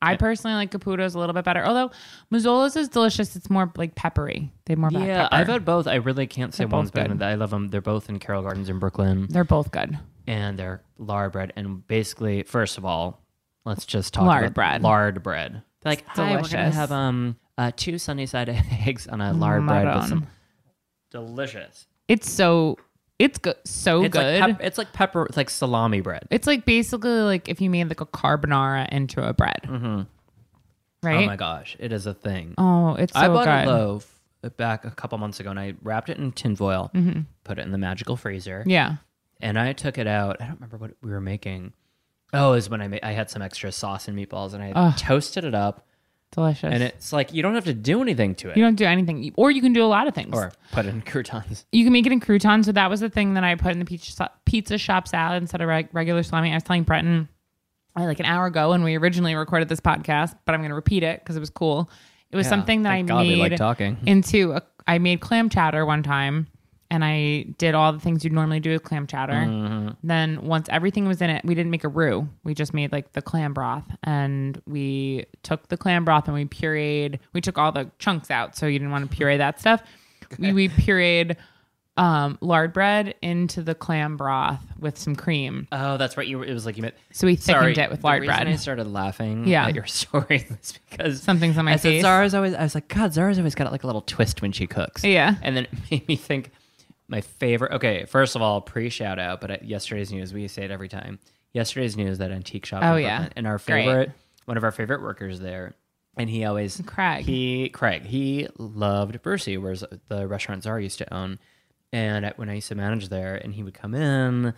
S3: I personally like Caputo's a little bit better. Although Mazzola's is delicious. It's more like peppery. They have more black
S4: Yeah,
S3: pepper.
S4: I've had both. I really can't say
S3: They're both
S4: one's better than
S3: good.
S4: the I love them. They're both in Carroll Gardens in Brooklyn,
S3: They're both good.
S4: and they're lard bread. And basically, first of all, let's just talk
S3: Lard
S4: about
S3: bread.
S4: Lard bread. They're like, hi, we're gonna
S3: delicious. Mm,
S4: have um uh, two sunny side eggs on a lard bread with
S3: Maroon.
S4: some delicious.
S3: It's so it's good. So
S4: It's
S3: good.
S4: like pep- it's like pepper. It's like salami bread.
S3: it's like basically like if you made like a carbonara into a bread. Right?
S4: Oh Mm-hmm. my gosh, it is a thing.
S3: Oh, it's so
S4: I bought
S3: good.
S4: a loaf back a couple months ago, and I wrapped it in tinfoil, put it in the magical freezer.
S3: Mm-hmm. Yeah.
S4: and I took it out. I don't remember what we were making. Oh, it was when I made, I had some extra sauce and meatballs, and I toasted it up.
S3: Delicious.
S4: And it's like you don't have to do anything to it,
S3: you don't do anything. You- Or you can do a lot of things.
S4: or put in croutons.
S3: you can make it in croutons. So that was the thing that I put in the pizza, sa- pizza shop salad instead of reg- regular salami. I was telling Breton uh, like an hour ago when we originally recorded this podcast, but I'm going to repeat it because it was cool. It was something that
S4: Thank
S3: I
S4: God
S3: made
S4: we like talking.
S3: Mm-hmm. into. A, I made clam chowder one time, and I did all the things you'd normally do with clam chowder.
S4: Mm-hmm.
S3: Then once everything was in it, we didn't make a roux. We just made like the clam broth, and we took the clam broth and we pureed. We took all the chunks out, so you didn't want to puree that stuff. We, we pureed um, lard bread into the clam broth with some cream.
S4: Oh, that's right. You were, it was like you meant.
S3: So we
S4: Sorry,
S3: thickened it with
S4: the
S3: lard
S4: reason
S3: bread.
S4: I started laughing
S3: Yeah.
S4: at your story was because
S3: Something's on my
S4: I said,
S3: face.
S4: Zara's always. I was like, God, Zara's always got like a little twist when she cooks.
S3: Yeah.
S4: and then it made me think. My favorite. Okay, first of all, pre shout out, but at yesterday's news, we say it every time. Yesterday's news, that antique shop.
S3: Oh,
S4: in
S3: yeah.
S4: Brooklyn, and our
S3: Great.
S4: favorite, one of our favorite workers there, and he always
S3: Craig.
S4: He Craig. He loved Brucey, where's the restaurant Zara used to own. And I- when I used to manage there, and he would come in,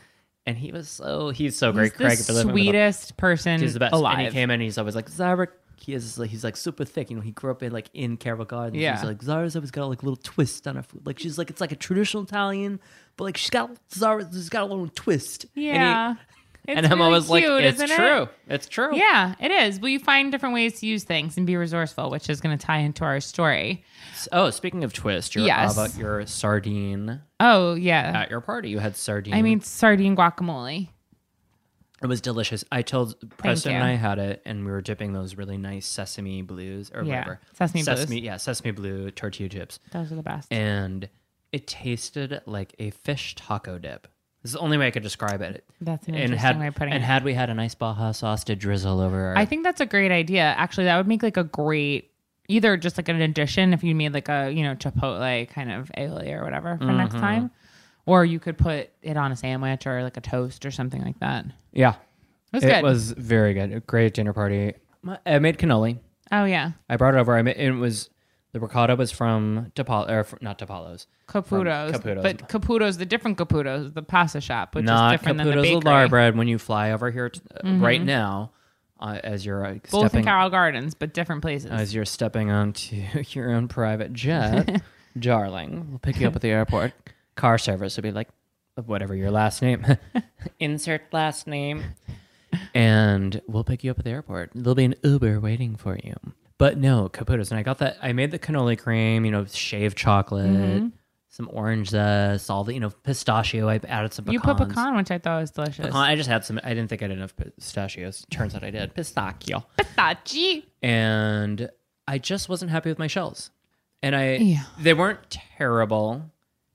S4: and he was so he's so great.
S3: He's
S4: Craig, if
S3: the
S4: you're listening to the-
S3: sweetest person
S4: He's the best.
S3: alive.
S4: And he came in. and He's always like Zara. He is. He's like super thick. You know, he grew up in like in Carroll Gardens.
S3: Yeah.
S4: He's like Zara's always got like a little twist on her food. Like she's like it's like a traditional Italian, but like she's got Zara. She's got a little twist. And he-
S3: Yeah. It's
S4: And, I'm
S3: really
S4: always like,
S3: cute,
S4: it's
S3: isn't it?"
S4: true. It's true.
S3: Yeah, it is. Well, you find different ways to use things and be resourceful, which is going to tie into our story.
S4: Oh, speaking of twist, your
S3: Yes.
S4: about your sardine
S3: Oh, yeah.
S4: at your party. You had sardine.
S3: I mean, sardine guacamole.
S4: it was delicious. I told Preston and
S3: you.
S4: I had it, and we were dipping those really nice sesame blues or
S3: Yeah.
S4: whatever.
S3: Sesame blues.
S4: Yeah, sesame blue tortilla chips.
S3: Those are the best.
S4: and it tasted like a fish taco dip. This is the only way I could describe it.
S3: That's an
S4: and
S3: interesting
S4: had,
S3: way of putting
S4: and
S3: it.
S4: had we had a nice Baja sauce to drizzle over our
S3: I think that's a great idea. Actually, that would make like a great either just like an addition if you made like a, you know, chipotle kind of aioli or whatever for
S4: Mm-hmm.
S3: next time. Or you could put it on a sandwich or like a toast or something like that. It
S4: Yeah.
S3: was
S4: It
S3: good.
S4: was very good. A great dinner party. My- I made cannoli.
S3: oh yeah.
S4: I brought it over. I made, it was the ricotta was from Topalo or fr- not Topalo's.
S3: Caputo's,
S4: Caputo's.
S3: but Caputo's the different Caputo's, the pasta shop, which
S4: not
S3: is different
S4: Caputo's
S3: than the
S4: the lard
S3: bakery. Mm-hmm.
S4: bread when you fly over here t- uh, right now uh, as you're uh,
S3: Both in
S4: stepping
S3: Carroll Gardens, but different places.
S4: as you're stepping onto your own private jet, darling, we'll pick you up at the airport. Car service will be like, whatever your last name, insert last name, and we'll pick you up at the airport. There'll be an Uber waiting for you. But no, Caputo's, and I got that. I made the cannoli cream, you know, shaved chocolate,
S3: Mm-hmm.
S4: some orange zest, all the, you know, pistachio. I added some pecans.
S3: you put pecan, which I thought was delicious.
S4: Pecan. I just had some. I didn't think I did enough pistachios. Turns out I did. Pistachio
S3: Pistacchi.
S4: and I just wasn't happy with my shells. And I
S3: Yeah.
S4: they weren't terrible.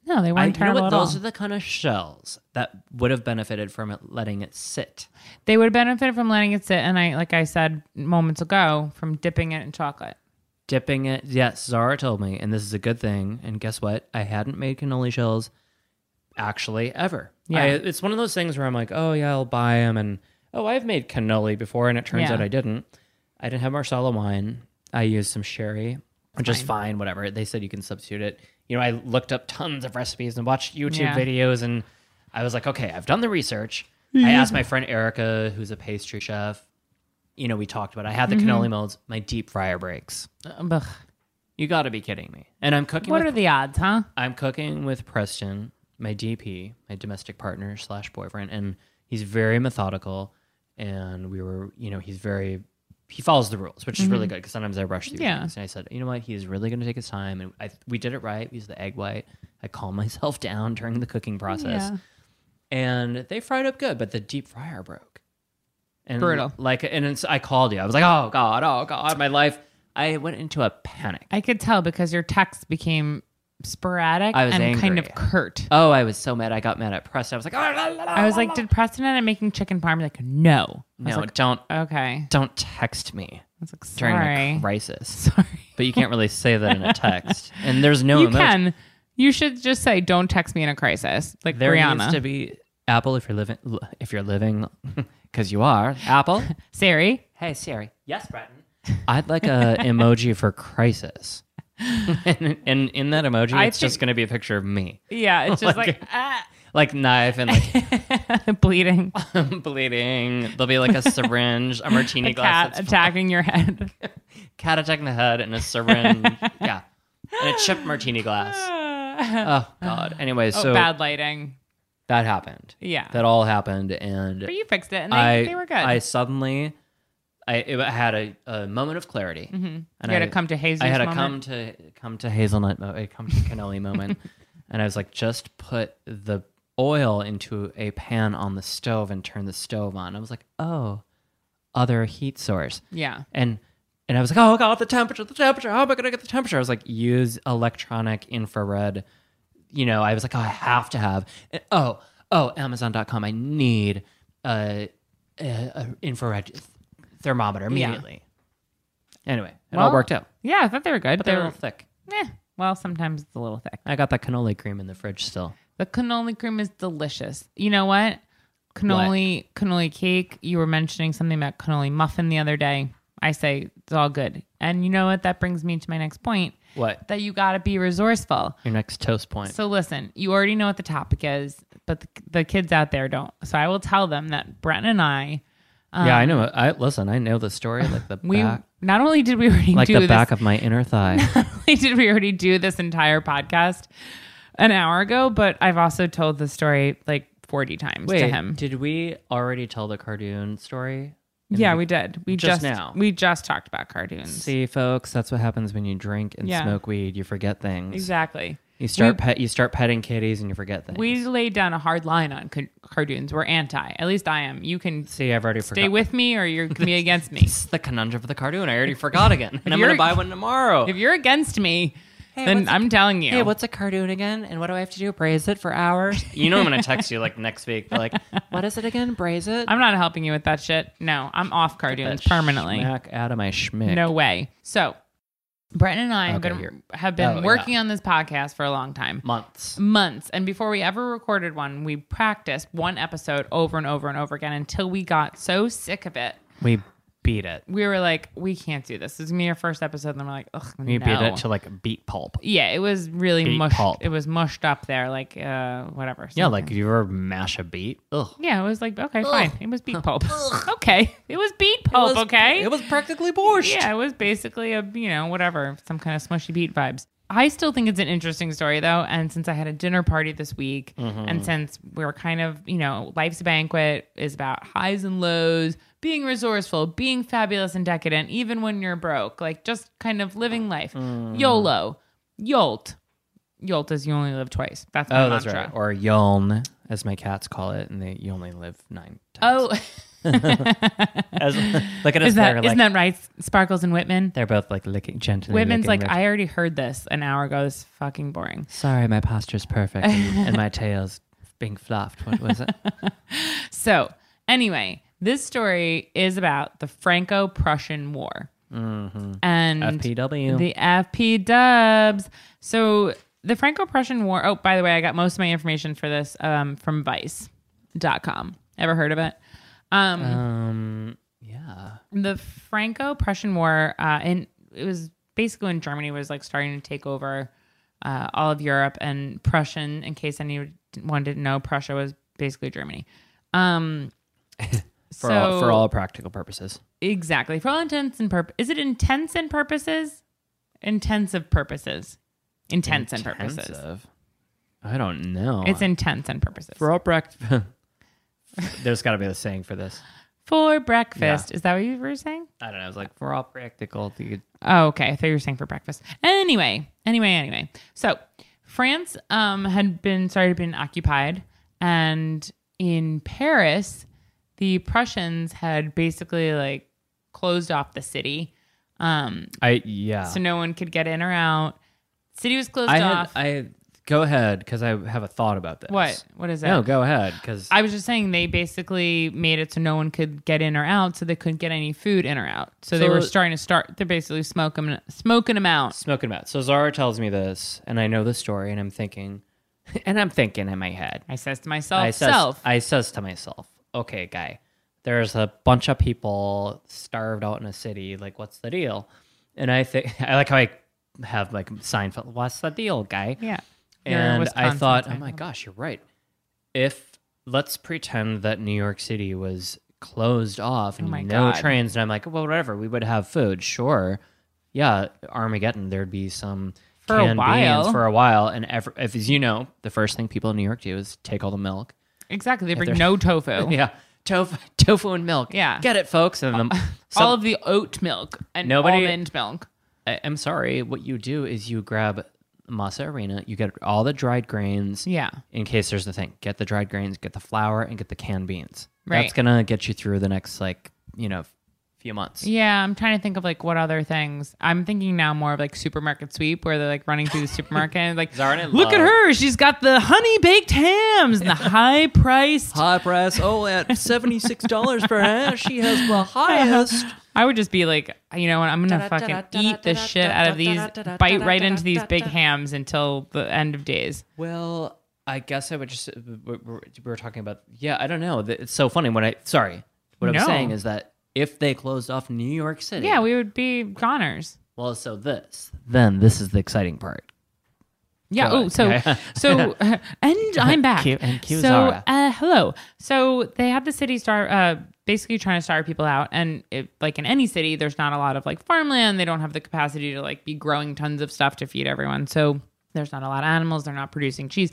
S3: No, they
S4: I,
S3: weren't
S4: you know
S3: terrible
S4: what?
S3: at
S4: Those
S3: all.
S4: are the kind of shells that would have benefited from it letting it sit.
S3: they would benefit from letting it sit, and I, like I said moments ago, from dipping it in chocolate.
S4: Dipping it, yes, Zara told me, and this is a good thing. And guess what? I hadn't made cannoli shells actually ever.
S3: Yeah.
S4: I, it's one of those things where I'm like, oh yeah, I'll buy them, and oh, I've made cannoli before, and it turns
S3: Yeah.
S4: out I didn't. I didn't have Marsala wine. I used some sherry, which is fine, whatever. They said you can substitute it. You know, I looked up tons of recipes and watched YouTube
S3: Yeah.
S4: videos, and I was like, okay, I've done the research. I asked my friend Erica, who's a pastry chef. You know, we talked about. it. I had the
S3: Mm-hmm.
S4: cannoli molds. My deep fryer breaks.
S3: Ugh.
S4: You got to be kidding Uh, me! And I'm cooking.
S3: What
S4: with
S3: are the odds, huh?
S4: I'm cooking with Preston my DP, my domestic partner slash boyfriend, and he's very methodical. And we were, you know, he's very he follows the rules, which is really good because sometimes I rush through
S3: Mm-hmm. Yeah.
S4: things. And I said, you know what, he is really going to take his time, and I, we did it right. We used the egg white. I calm myself down during the cooking process,
S3: Yeah.
S4: and they fried up good, but the deep fryer broke. And
S3: Brutal.
S4: Like, and it's, I called you. I was like, oh god, oh god, my life. I went into a panic.
S3: I could tell because your text became sporadic
S4: I was
S3: and kind of
S4: angry.
S3: curt.
S4: Oh, I was so mad. I got mad at Preston. I was like, "Ah, la, la, la,
S3: I was
S4: la,
S3: like,
S4: la."
S3: did Preston end up making chicken parm? Like, no. I was
S4: no, don't
S3: like, okay. I
S4: don't text me
S3: was like,
S4: during
S3: sorry.
S4: a crisis.
S3: Sorry.
S4: But you can't really say that in a text, and there's Oh, no
S3: you
S4: emotion.
S3: can. You should just say, don't text me in a crisis. Like
S4: There
S3: Brianna.
S4: needs to be Apple if you're living if you're living because you are Apple.
S3: Siri.
S4: hey Siri. Yes, Breton. I'd like a emoji for crisis, and, and in that emoji,
S3: I
S4: it's just
S3: think-
S4: going to be a picture of me,
S3: Yeah, it's just like,
S4: like knife and like
S3: ah, bleeding.
S4: bleeding. There'll be like a syringe, a martini
S3: A
S4: glass,
S3: cat
S4: that's
S3: attacking your head.
S4: cat attack in the head and a syringe. yeah. And a chipped martini glass. Oh God. Anyway,
S3: uh, oh,
S4: so
S3: bad lighting.
S4: that happened.
S3: Yeah.
S4: That all happened, and
S3: But you fixed it, and they,
S4: I
S3: they were good.
S4: I suddenly, I, it, I had a, a moment of clarity, and
S3: Mm-hmm. you had
S4: I,
S3: to come to Hazel's
S4: I had a
S3: moment.
S4: come to come to hazelnut, mo- a come to cannoli moment, and I was like, just put the oil into a pan on the stove and turn the stove on. I was like, oh, other heat source.
S3: Yeah.
S4: and and I was like, oh god, the temperature, the temperature. How am I gonna get the temperature? I was like, use electronic infrared. You know, I was like, oh, I have to have. and- oh, oh, Amazon.com. I need a, a, a infrared thermometer immediately. Anyway, it all
S3: Well,
S4: worked out.
S3: Yeah, I thought they were good.
S4: But
S3: they
S4: they were a
S3: were,
S4: little thick.
S3: eh, well, sometimes it's a little thick.
S4: I got that cannoli cream in the fridge still.
S3: The cannoli cream is delicious. You know what? Cannoli cannoli cake. You were mentioning something about cannoli muffin the other day. I say it's all good. And you know what? That brings me to my next point.
S4: What?
S3: That you got to be resourceful.
S4: Your next toast point.
S3: So listen, you already know what the topic is, but the, the kids out there don't. So I will tell them that Brent and I
S4: yeah, I know. I listen. I know the story like the
S3: um, we
S4: back,
S3: not only did we already
S4: like
S3: do
S4: the
S3: this,
S4: back of my inner thigh.
S3: only did we already do this entire podcast an hour ago, but I've also told the story like forty times to him.
S4: did we already tell the cartoon story?
S3: Yeah, we did. We
S4: Just
S3: just,
S4: now.
S3: We just talked about cartoons.
S4: See, folks, that's what happens when you drink and
S3: Yeah.
S4: smoke weed. You forget things.
S3: Exactly.
S4: You start pet. You start petting kitties and you forget things.
S3: We laid down a hard line on c- cartoons. We're anti. At least I am. You can
S4: See, I've already
S3: stay
S4: forgot.
S3: with me or you're gonna be against me.
S4: This is the conundrum of the cartoon. I already forgot again, and I'm
S3: you're-
S4: gonna buy one tomorrow.
S3: If you're against me, then
S4: what's-
S3: I'm telling you.
S4: hey, what's a cartoon again? And what do I have to do? Braise it for hours. You know, I'm gonna text you like next week. Like, what is it again? Braise it.
S3: I'm not helping you with that shit. No, I'm off cartoons permanently.
S4: Smack out of my schmick.
S3: No way. So, Brett and I have
S4: Okay,
S3: been,
S4: you're-
S3: have been
S4: Oh,
S3: working on this podcast for a long time.
S4: months.
S3: months. And before we ever recorded one, we practiced one episode over and over and over again until we got so sick of it.
S4: We beat it.
S3: We were like, we can't do this. This is gonna be our first episode. And then we're like, ugh,
S4: We
S3: no.
S4: beat it to like beat pulp.
S3: yeah, it was really
S4: Beat
S3: mushed.
S4: pulp.
S3: It was mushed up there, like uh, whatever.
S4: Yeah, like you ever mash a beat? Ugh.
S3: yeah, it was like okay, fine. It was beat pulp. okay, it was beat pulp. okay,
S4: It was practically borscht.
S3: Yeah, it was basically a, you know, whatever, some kind of smushy beat vibes. I still think it's an interesting story though. And since I had a dinner party this week,
S4: Mm-hmm.
S3: and since we're kind of, you know, life's banquet is about highs and lows, being resourceful, being fabulous and decadent, even when you're broke, like just kind of living life.
S4: Mm.
S3: YOLO, YOLT. YOLT is you only live twice. That's my
S4: Oh, that's
S3: mantra.
S4: right. Or yoln, as my cats call it, and they you only live nine times.
S3: Oh,
S4: As, look at us.
S3: is
S4: They're
S3: that
S4: like
S3: isn't that right? Sparkles and Whitman.
S4: they're both like licking gently.
S3: Whitman's
S4: licking
S3: like,
S4: their-
S3: I already heard this an hour ago. This is fucking boring.
S4: Sorry, my posture's perfect, and, and my tail's being fluffed. What was it?
S3: So, anyway, this story is about the Franco Prussian War and
S4: FPW.
S3: the FP dubs. So, the Franco Prussian War. Oh, by the way, I got most of my information for this um, from vice.com. Ever heard of it? Um,
S4: um. Yeah.
S3: the Franco-Prussian War, uh, and it was basically when Germany was like starting to take over uh, all of Europe and Prussian. In case anyone didn't know, Prussia was basically Germany. Um,
S4: For
S3: so
S4: all, for all practical purposes.
S3: exactly for all intents and purposes, is it intents and purposes? Intensive purposes, intents and purposes.
S4: Intensive. I don't know.
S3: It's intents and purposes. For,
S4: for all breakfast. There's got to be a saying for this.
S3: breakfast. Is that what you were saying?
S4: I don't know. I was like, for all practical, dude.
S3: Oh, okay. I thought you were saying for breakfast. Anyway, anyway, anyway. So France um, had been started been occupied, and in Paris, the Prussians had basically like closed off the city, um,
S4: I yeah.
S3: so no one could get in or out. City was closed
S4: I had,
S3: off.
S4: I go ahead because I have a thought about this.
S3: what? What is that?
S4: No, go ahead because
S3: I was just saying they basically made it so no one could get in or out, so they couldn't get any food in or out. So, they
S4: So-
S3: were starting to start. They're basically smoking smoking them out.
S4: smoking about. So Zara tells me this, and I know the story, and I'm thinking, and I'm thinking in my head.
S3: I says to myself,
S4: I says,
S3: self.
S4: I says to myself, okay, guy, there's a bunch of people starved out in a city. Like, what's the deal? And I think I like how I have like Seinfeld. What's the deal, guy?
S3: yeah. You're in
S4: And I
S3: Wisconsin,
S4: thought,
S3: so
S4: oh
S3: I
S4: my
S3: know.
S4: gosh, you're right. If let's pretend that New York City was closed off and
S3: Oh my
S4: no
S3: God.
S4: trains, and I'm like, well, whatever, we would have food, sure. Yeah, Armageddon, there'd be some
S3: For a
S4: canned beans
S3: while.
S4: for a while, and ever, if as you know, the first thing people in New York do is take all the milk.
S3: Exactly. They bring no tofu.
S4: Yeah, tofu, tofu and milk.
S3: Yeah. Uh,
S4: get it, folks. Um, And then
S3: All of the oat milk and
S4: Nobody-
S3: almond milk.
S4: I, I'm sorry. What you do is you grab masa arena, you get all the dried grains.
S3: Yeah.
S4: In case there's the thing, get the dried grains, get the flour, and get the canned beans. That's
S3: Right.
S4: gonna get you through the next like you know few months.
S3: Yeah, I'm trying to think of like what other things. I'm thinking now more of like supermarket sweep where they're like running through the supermarket and like
S4: Zarna
S3: look at
S4: love-
S3: her, she's got the honey baked hams and the high priced
S4: High price. Oh, at seventy six dollars per hash, she has the
S3: Uh-huh.
S4: highest.
S3: I would just be like, you know what? I'm gonna fucking eat the shit out of these, bite right into these big hams until the end of days.
S4: Well, I guess I would just uh, we we- we were talking about yeah. I don't know. It's so funny when I sorry. What
S3: No.
S4: I'm saying is that if they closed off New York City,
S3: Yeah, we would be goners.
S4: Well, so this. Then this is the exciting part.
S3: Yeah.
S4: Go
S3: Oh,
S4: on.
S3: so
S4: Yeah.
S3: so, and I'm back.
S4: Cue- and cue
S3: so,
S4: Zara.
S3: uh, hello. So they had the city star, uh, basically trying to starve people out, and it, like in any city, there's not a lot of like farmland. They don't have the capacity to like be growing tons of stuff to feed everyone. So there's not a lot of animals. They're not producing cheese.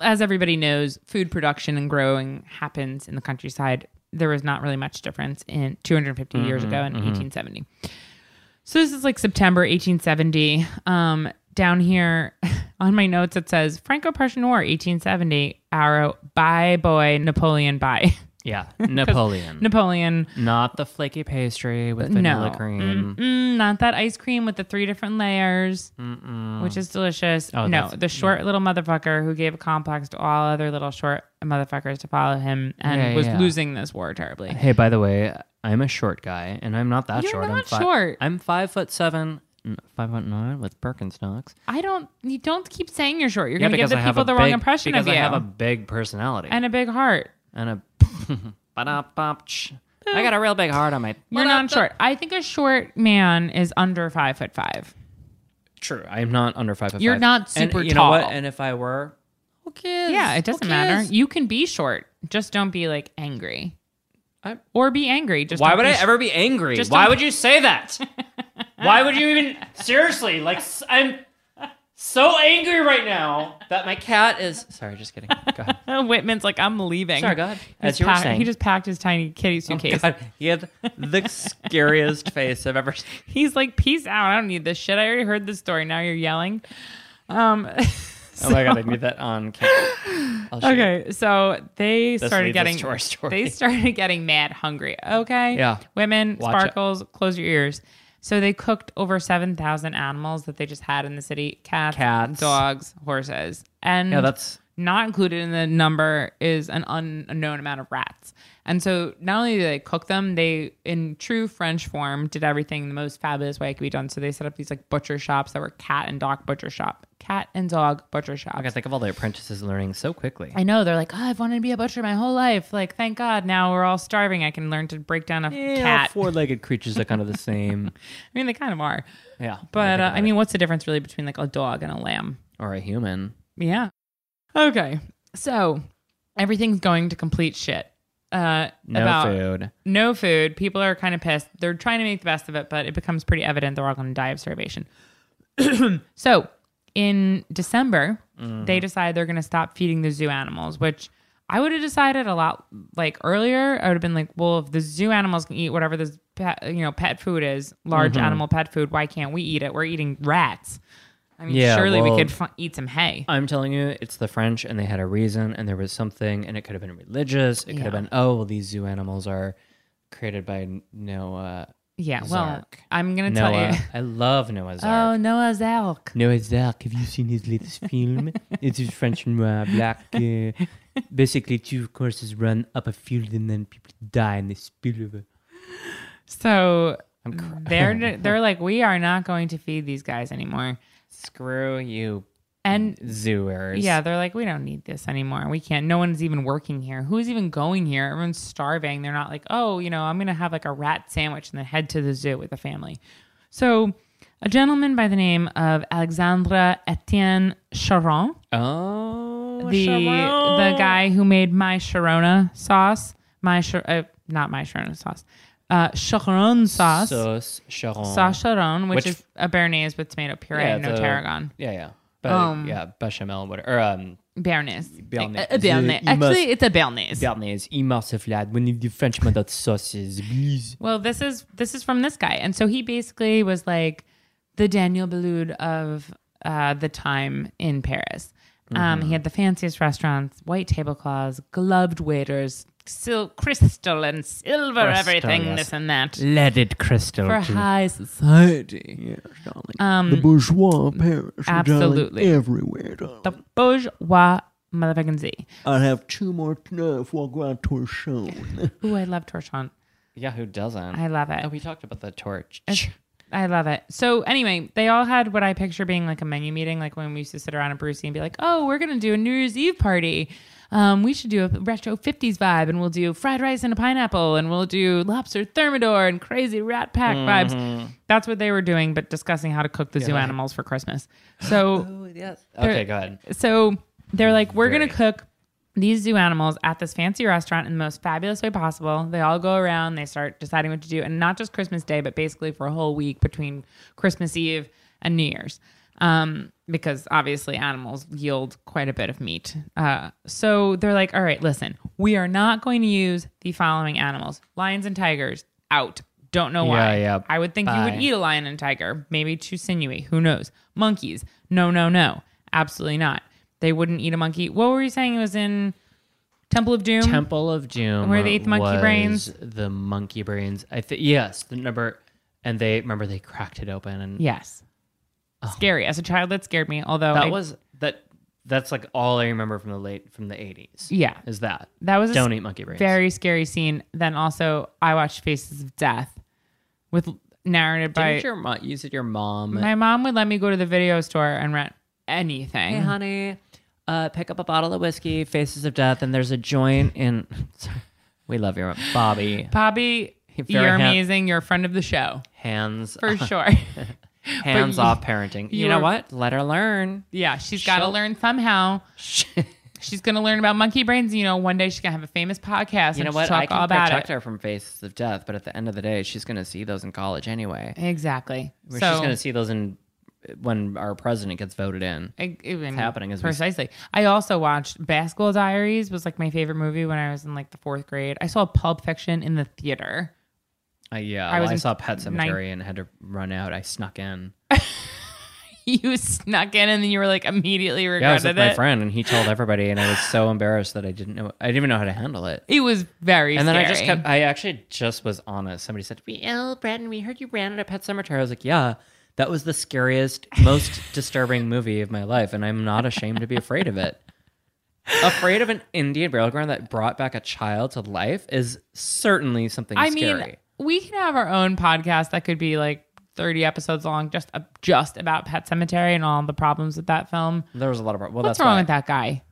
S3: As everybody knows, food production and growing happens in the countryside. There was not really much difference in 250
S4: Mm-hmm,
S3: years ago in 1870. So this is like September 1870. Um, down here on my notes, it says Franco-Prussian War 1870. Arrow, bye boy, Napoleon, bye.
S4: Yeah, Napoleon.
S3: Napoleon,
S4: Not the flaky pastry with vanilla
S3: No.
S4: cream.
S3: mm, not that ice cream with the three different layers, which is delicious. no,
S4: Oh, that's-
S3: the short little motherfucker who gave a complex to all other little short motherfuckers to follow him and
S4: Yeah,
S3: was
S4: yeah.
S3: losing this war terribly.
S4: Hey, by the way, I'm a short guy, and I'm not that
S3: You're
S4: short. I'm
S3: not
S4: fi-
S3: short.
S4: I'm five foot seven, n- five foot nine with Birkenstocks.
S3: I don't. You don't keep saying you're short. You're
S4: Yeah,
S3: gonna give
S4: because
S3: the
S4: I have
S3: people
S4: a
S3: the wrong
S4: big-
S3: impression
S4: because
S3: of you
S4: I have a big personality
S3: and a big heart.
S4: and a. Ba-da-bop-ch. I got a real big heart on my.
S3: You're not short. I think a short man is under five foot five.
S4: True, I'm not under five foot.
S3: You're
S4: five.
S3: not
S4: And
S3: super
S4: you know what?
S3: tall.
S4: And if I were, who cares?
S3: Yeah, it
S4: Who
S3: doesn't matter.
S4: cares?
S3: You can be short. Just don't be like angry.
S4: I'm-
S3: or be angry. Just
S4: Why
S3: don't
S4: would
S3: be
S4: I
S3: sh-
S4: ever be angry?
S3: Just
S4: Why
S3: don't-
S4: would you say that? Why would you even seriously? Like s- I'm so angry right now that my cat is. Sorry, just kidding. Go ahead.
S3: Whitman's like, I'm leaving.
S4: Sorry, go ahead.
S3: He's
S4: As you were
S3: pack-
S4: saying, Oh
S3: He just packed his tiny kitty suitcase.
S4: God, he had the scariest face I've ever seen.
S3: He's like, peace out. I don't need this shit. I already heard this story. Now you're yelling. Um.
S4: Oh my god, I need that on camera. I'll show you.
S3: Okay, so they started
S4: leads us
S3: getting
S4: to our story.
S3: they started getting mad hungry. Okay,
S4: Yeah.
S3: women,
S4: Watch
S3: sparkles, close your ears. So they cooked over seven thousand animals that they just had in the city: cats,
S4: Cats.
S3: dogs, horses, and
S4: Yeah, that's
S3: not included in the number is an unknown amount of rats. And so not only did they cook them, they in true French form did everything the most fabulous way it could be done. So they set up these like butcher shops that were cat and dog butcher shop, cat and dog butcher shops.
S4: I think of all the apprentices learning so quickly.
S3: I know they're like, oh, I've wanted to be a butcher my whole life. Like, thank God now we're all starving. I can learn to break down a cat.
S4: four-legged creatures are kind of the same.
S3: I mean, they kind of are.
S4: Yeah,
S3: But uh, I mean, what's the difference really between like a dog and a lamb?
S4: or a human.
S3: Yeah. Okay. So everything's going to complete shit. Uh,
S4: No
S3: about
S4: food.
S3: no food. People are kind of pissed. They're trying to make the best of it, but it becomes pretty evident they're all going to die of starvation. so in December,
S4: Mm-hmm.
S3: they decide they're going to stop feeding the zoo animals, which I would have decided a lot like earlier. I would have been like, well, if the zoo animals can eat whatever this pet, you know pet food is, large
S4: Mm-hmm.
S3: animal pet food, why can't we eat it? We're eating rats. I mean,
S4: Yeah,
S3: surely
S4: well-
S3: we could f- eat some hay.
S4: I'm telling you, it's the French, and they had a reason, and there was something, and it could have been religious. It could have been, oh, well, these zoo animals are created by Noah.
S3: Yeah, well,
S4: Zark.
S3: I'm going to tell you.
S4: Noah. I love Noah's
S3: Oh,
S4: Ark.
S3: Noah's Ark.
S4: Noah's Ark. Have you seen his latest film? it's a French noir, black. Uh, basically, two horses run up a field, and then people die, and they spill over.
S3: So they're they're like, we are not going to feed these guys anymore.
S4: Screw you,
S3: And
S4: zooers.
S3: yeah, they're like, we don't need this anymore. We can't. No one's even working here. Who's even going here? Everyone's starving. They're not like, oh, you know, I'm gonna have like a rat sandwich and then head to the zoo with the family. So a gentleman by the name of Alexandre Etienne Charon,
S4: Oh,
S3: the the guy who made my Sharona sauce, my Char- uh, not my Sharona sauce, uh, Charon sauce.
S4: Sauce Charon.
S3: Sacharon, which,
S4: Which-
S3: is a béarnaise with tomato puree
S4: Yeah,
S3: and no
S4: the-
S3: tarragon.
S4: Yeah, yeah. But,
S3: Um,
S4: yeah, bechamel, whatever. Or, um,
S3: Béarnaise.
S4: Béarnaise.
S3: A, a béarnaise.
S4: You must-
S3: Actually, it's a béarnaise.
S4: Bernays, immersive lad, one of the Frenchmen that sauces, please.
S3: Well, this is this is from this guy, and so he basically was like the Daniel Boulud of uh, the time in Paris. Um,
S4: Mm-hmm.
S3: he had the fanciest restaurants, white tablecloths, gloved waiters, sil- crystal and silver,
S4: Crystal,
S3: everything,
S4: yes.
S3: this and that.
S4: Leaded crystal.
S3: For
S4: too.
S3: high society.
S5: society.
S3: Um,
S5: the bourgeois Paris,
S3: absolutely.
S5: darling, everywhere. Darling.
S3: The bourgeois motherfucking Z.
S5: I'll have two more uh, foie gras torchon.
S3: Ooh, I love torchon.
S4: Yeah, who doesn't?
S3: I love it.
S4: oh, we talked about the torch.
S3: It's- I love it. So anyway, they all had what I picture being like a menu meeting, like when we used to sit around at Brucey and be like, "Oh, we're gonna do a New Year's Eve party. Um, we should do a retro '50s vibe, and we'll do fried rice and a pineapple, and we'll do lobster thermidor and crazy Rat Pack vibes." That's what they were doing, but discussing how to cook the zoo animals for Christmas. So
S4: Okay, go ahead.
S3: so they're like, we're going
S4: Very.
S3: to cook these zoo animals at this fancy restaurant in the most fabulous way possible. They all go around, they start deciding what to do, and not just Christmas Day, but basically for a whole week between Christmas Eve and New Year's. Um, because obviously animals yield quite a bit of meat. Uh, so they're like, all right, listen, we are not going to use the following animals lions and tigers out. Don't know why.
S4: yeah.
S3: I would think you
S4: Bye.
S3: would eat a lion and tiger, maybe too sinewy. Who knows? Monkeys. No, no, no. Absolutely not. They wouldn't eat a monkey. What were you saying? It was in Temple of Doom?
S4: Temple of Doom.
S3: um, Where they ate the monkey
S4: was
S3: brains.
S4: The monkey brains. I think yes, the number, and they remember they cracked it open, and
S3: yes. Scary. As a child, that scared me. Although
S4: Oh. that
S3: I-
S4: was that. That's like all I remember from the late from the eighties.
S3: Yeah.
S4: is that
S3: that was a
S4: don't eat monkey brains?
S3: very scary scene. Then also, I watched Faces of Death with narrated by
S4: Didn't your mom? You said your mom.
S3: my mom would let me go to the video store and rent anything.
S4: hey honey uh, pick up a bottle of whiskey faces of death and there's a joint in we love your bobby
S3: Bobby,
S4: Very
S3: you're
S4: hand-
S3: amazing. You're a friend of the show
S4: hands
S3: for sure.
S4: hands
S3: you-
S4: off parenting you,
S3: you
S4: know
S3: were-
S4: what let her learn
S3: yeah, she's got to
S4: She'll-
S3: learn somehow. She's gonna learn about monkey brains. You know, one day she's gonna have a famous podcast.
S4: you
S3: and
S4: know
S3: she'll
S4: what
S3: Talk
S4: i can
S3: all about
S4: protect
S3: it.
S4: her from faces of death but at the end of the day she's going to see those in college anyway
S3: Exactly.
S4: Or
S3: so
S4: she's going to see those in when our president gets voted in
S3: I, I mean,
S4: happening as we-
S3: precisely. I also watched Basketball Diaries was like my favorite movie when I was in like the fourth grade. I saw Pulp Fiction in the theater.
S4: uh, yeah
S3: I
S4: well,
S3: was
S4: I
S3: in
S4: saw pet
S3: nine-
S4: cemetery and had to run out i snuck in
S3: You snuck in and then you were like immediately regretted
S4: yeah i was with
S3: it.
S4: my friend and he told everybody and i was so embarrassed that i didn't know i didn't even know how to handle it
S3: It was very
S4: And then I just
S3: scary.
S4: kept. I actually just was honest. Somebody said, "We, oh, Brandon, we heard you ran at a pet cemetery." I was like, "Yeah, that was the scariest, most disturbing movie of my life," and I'm not ashamed to be afraid of it. Afraid of an Indian burial ground that brought back a child to life is certainly something
S3: I
S4: scary.
S3: mean, we can have our own podcast that could be like 30 episodes long just uh, just about Pet Cemetery and all the problems with that film.
S4: there was a lot of well.
S3: What's
S4: that's
S3: wrong
S4: why-
S3: with that guy?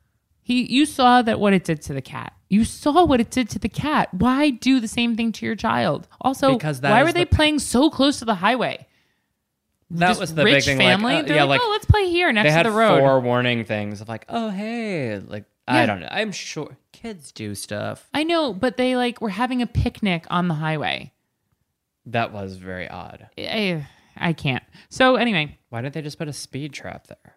S3: He you saw that what it did to the cat. You saw what it did to the cat. Why do the same thing to your child? Also,
S4: Because that
S3: why
S4: is
S3: were they
S4: the-
S3: playing so close to the highway?
S4: That
S3: This
S4: was the
S3: rich
S4: big thing.
S3: family.
S4: Like, uh,
S3: They're
S4: yeah,
S3: like,
S4: like
S3: oh, let's play here
S4: they
S3: next
S4: had
S3: to the road.
S4: four warning things of like, "Oh, hey," like I
S3: Yeah.
S4: don't know. I'm sure kids do stuff.
S3: I know, but they like were having a picnic on the highway.
S4: That was very odd.
S3: I, I can't. So anyway,
S4: Why didn't they just put a speed trap there?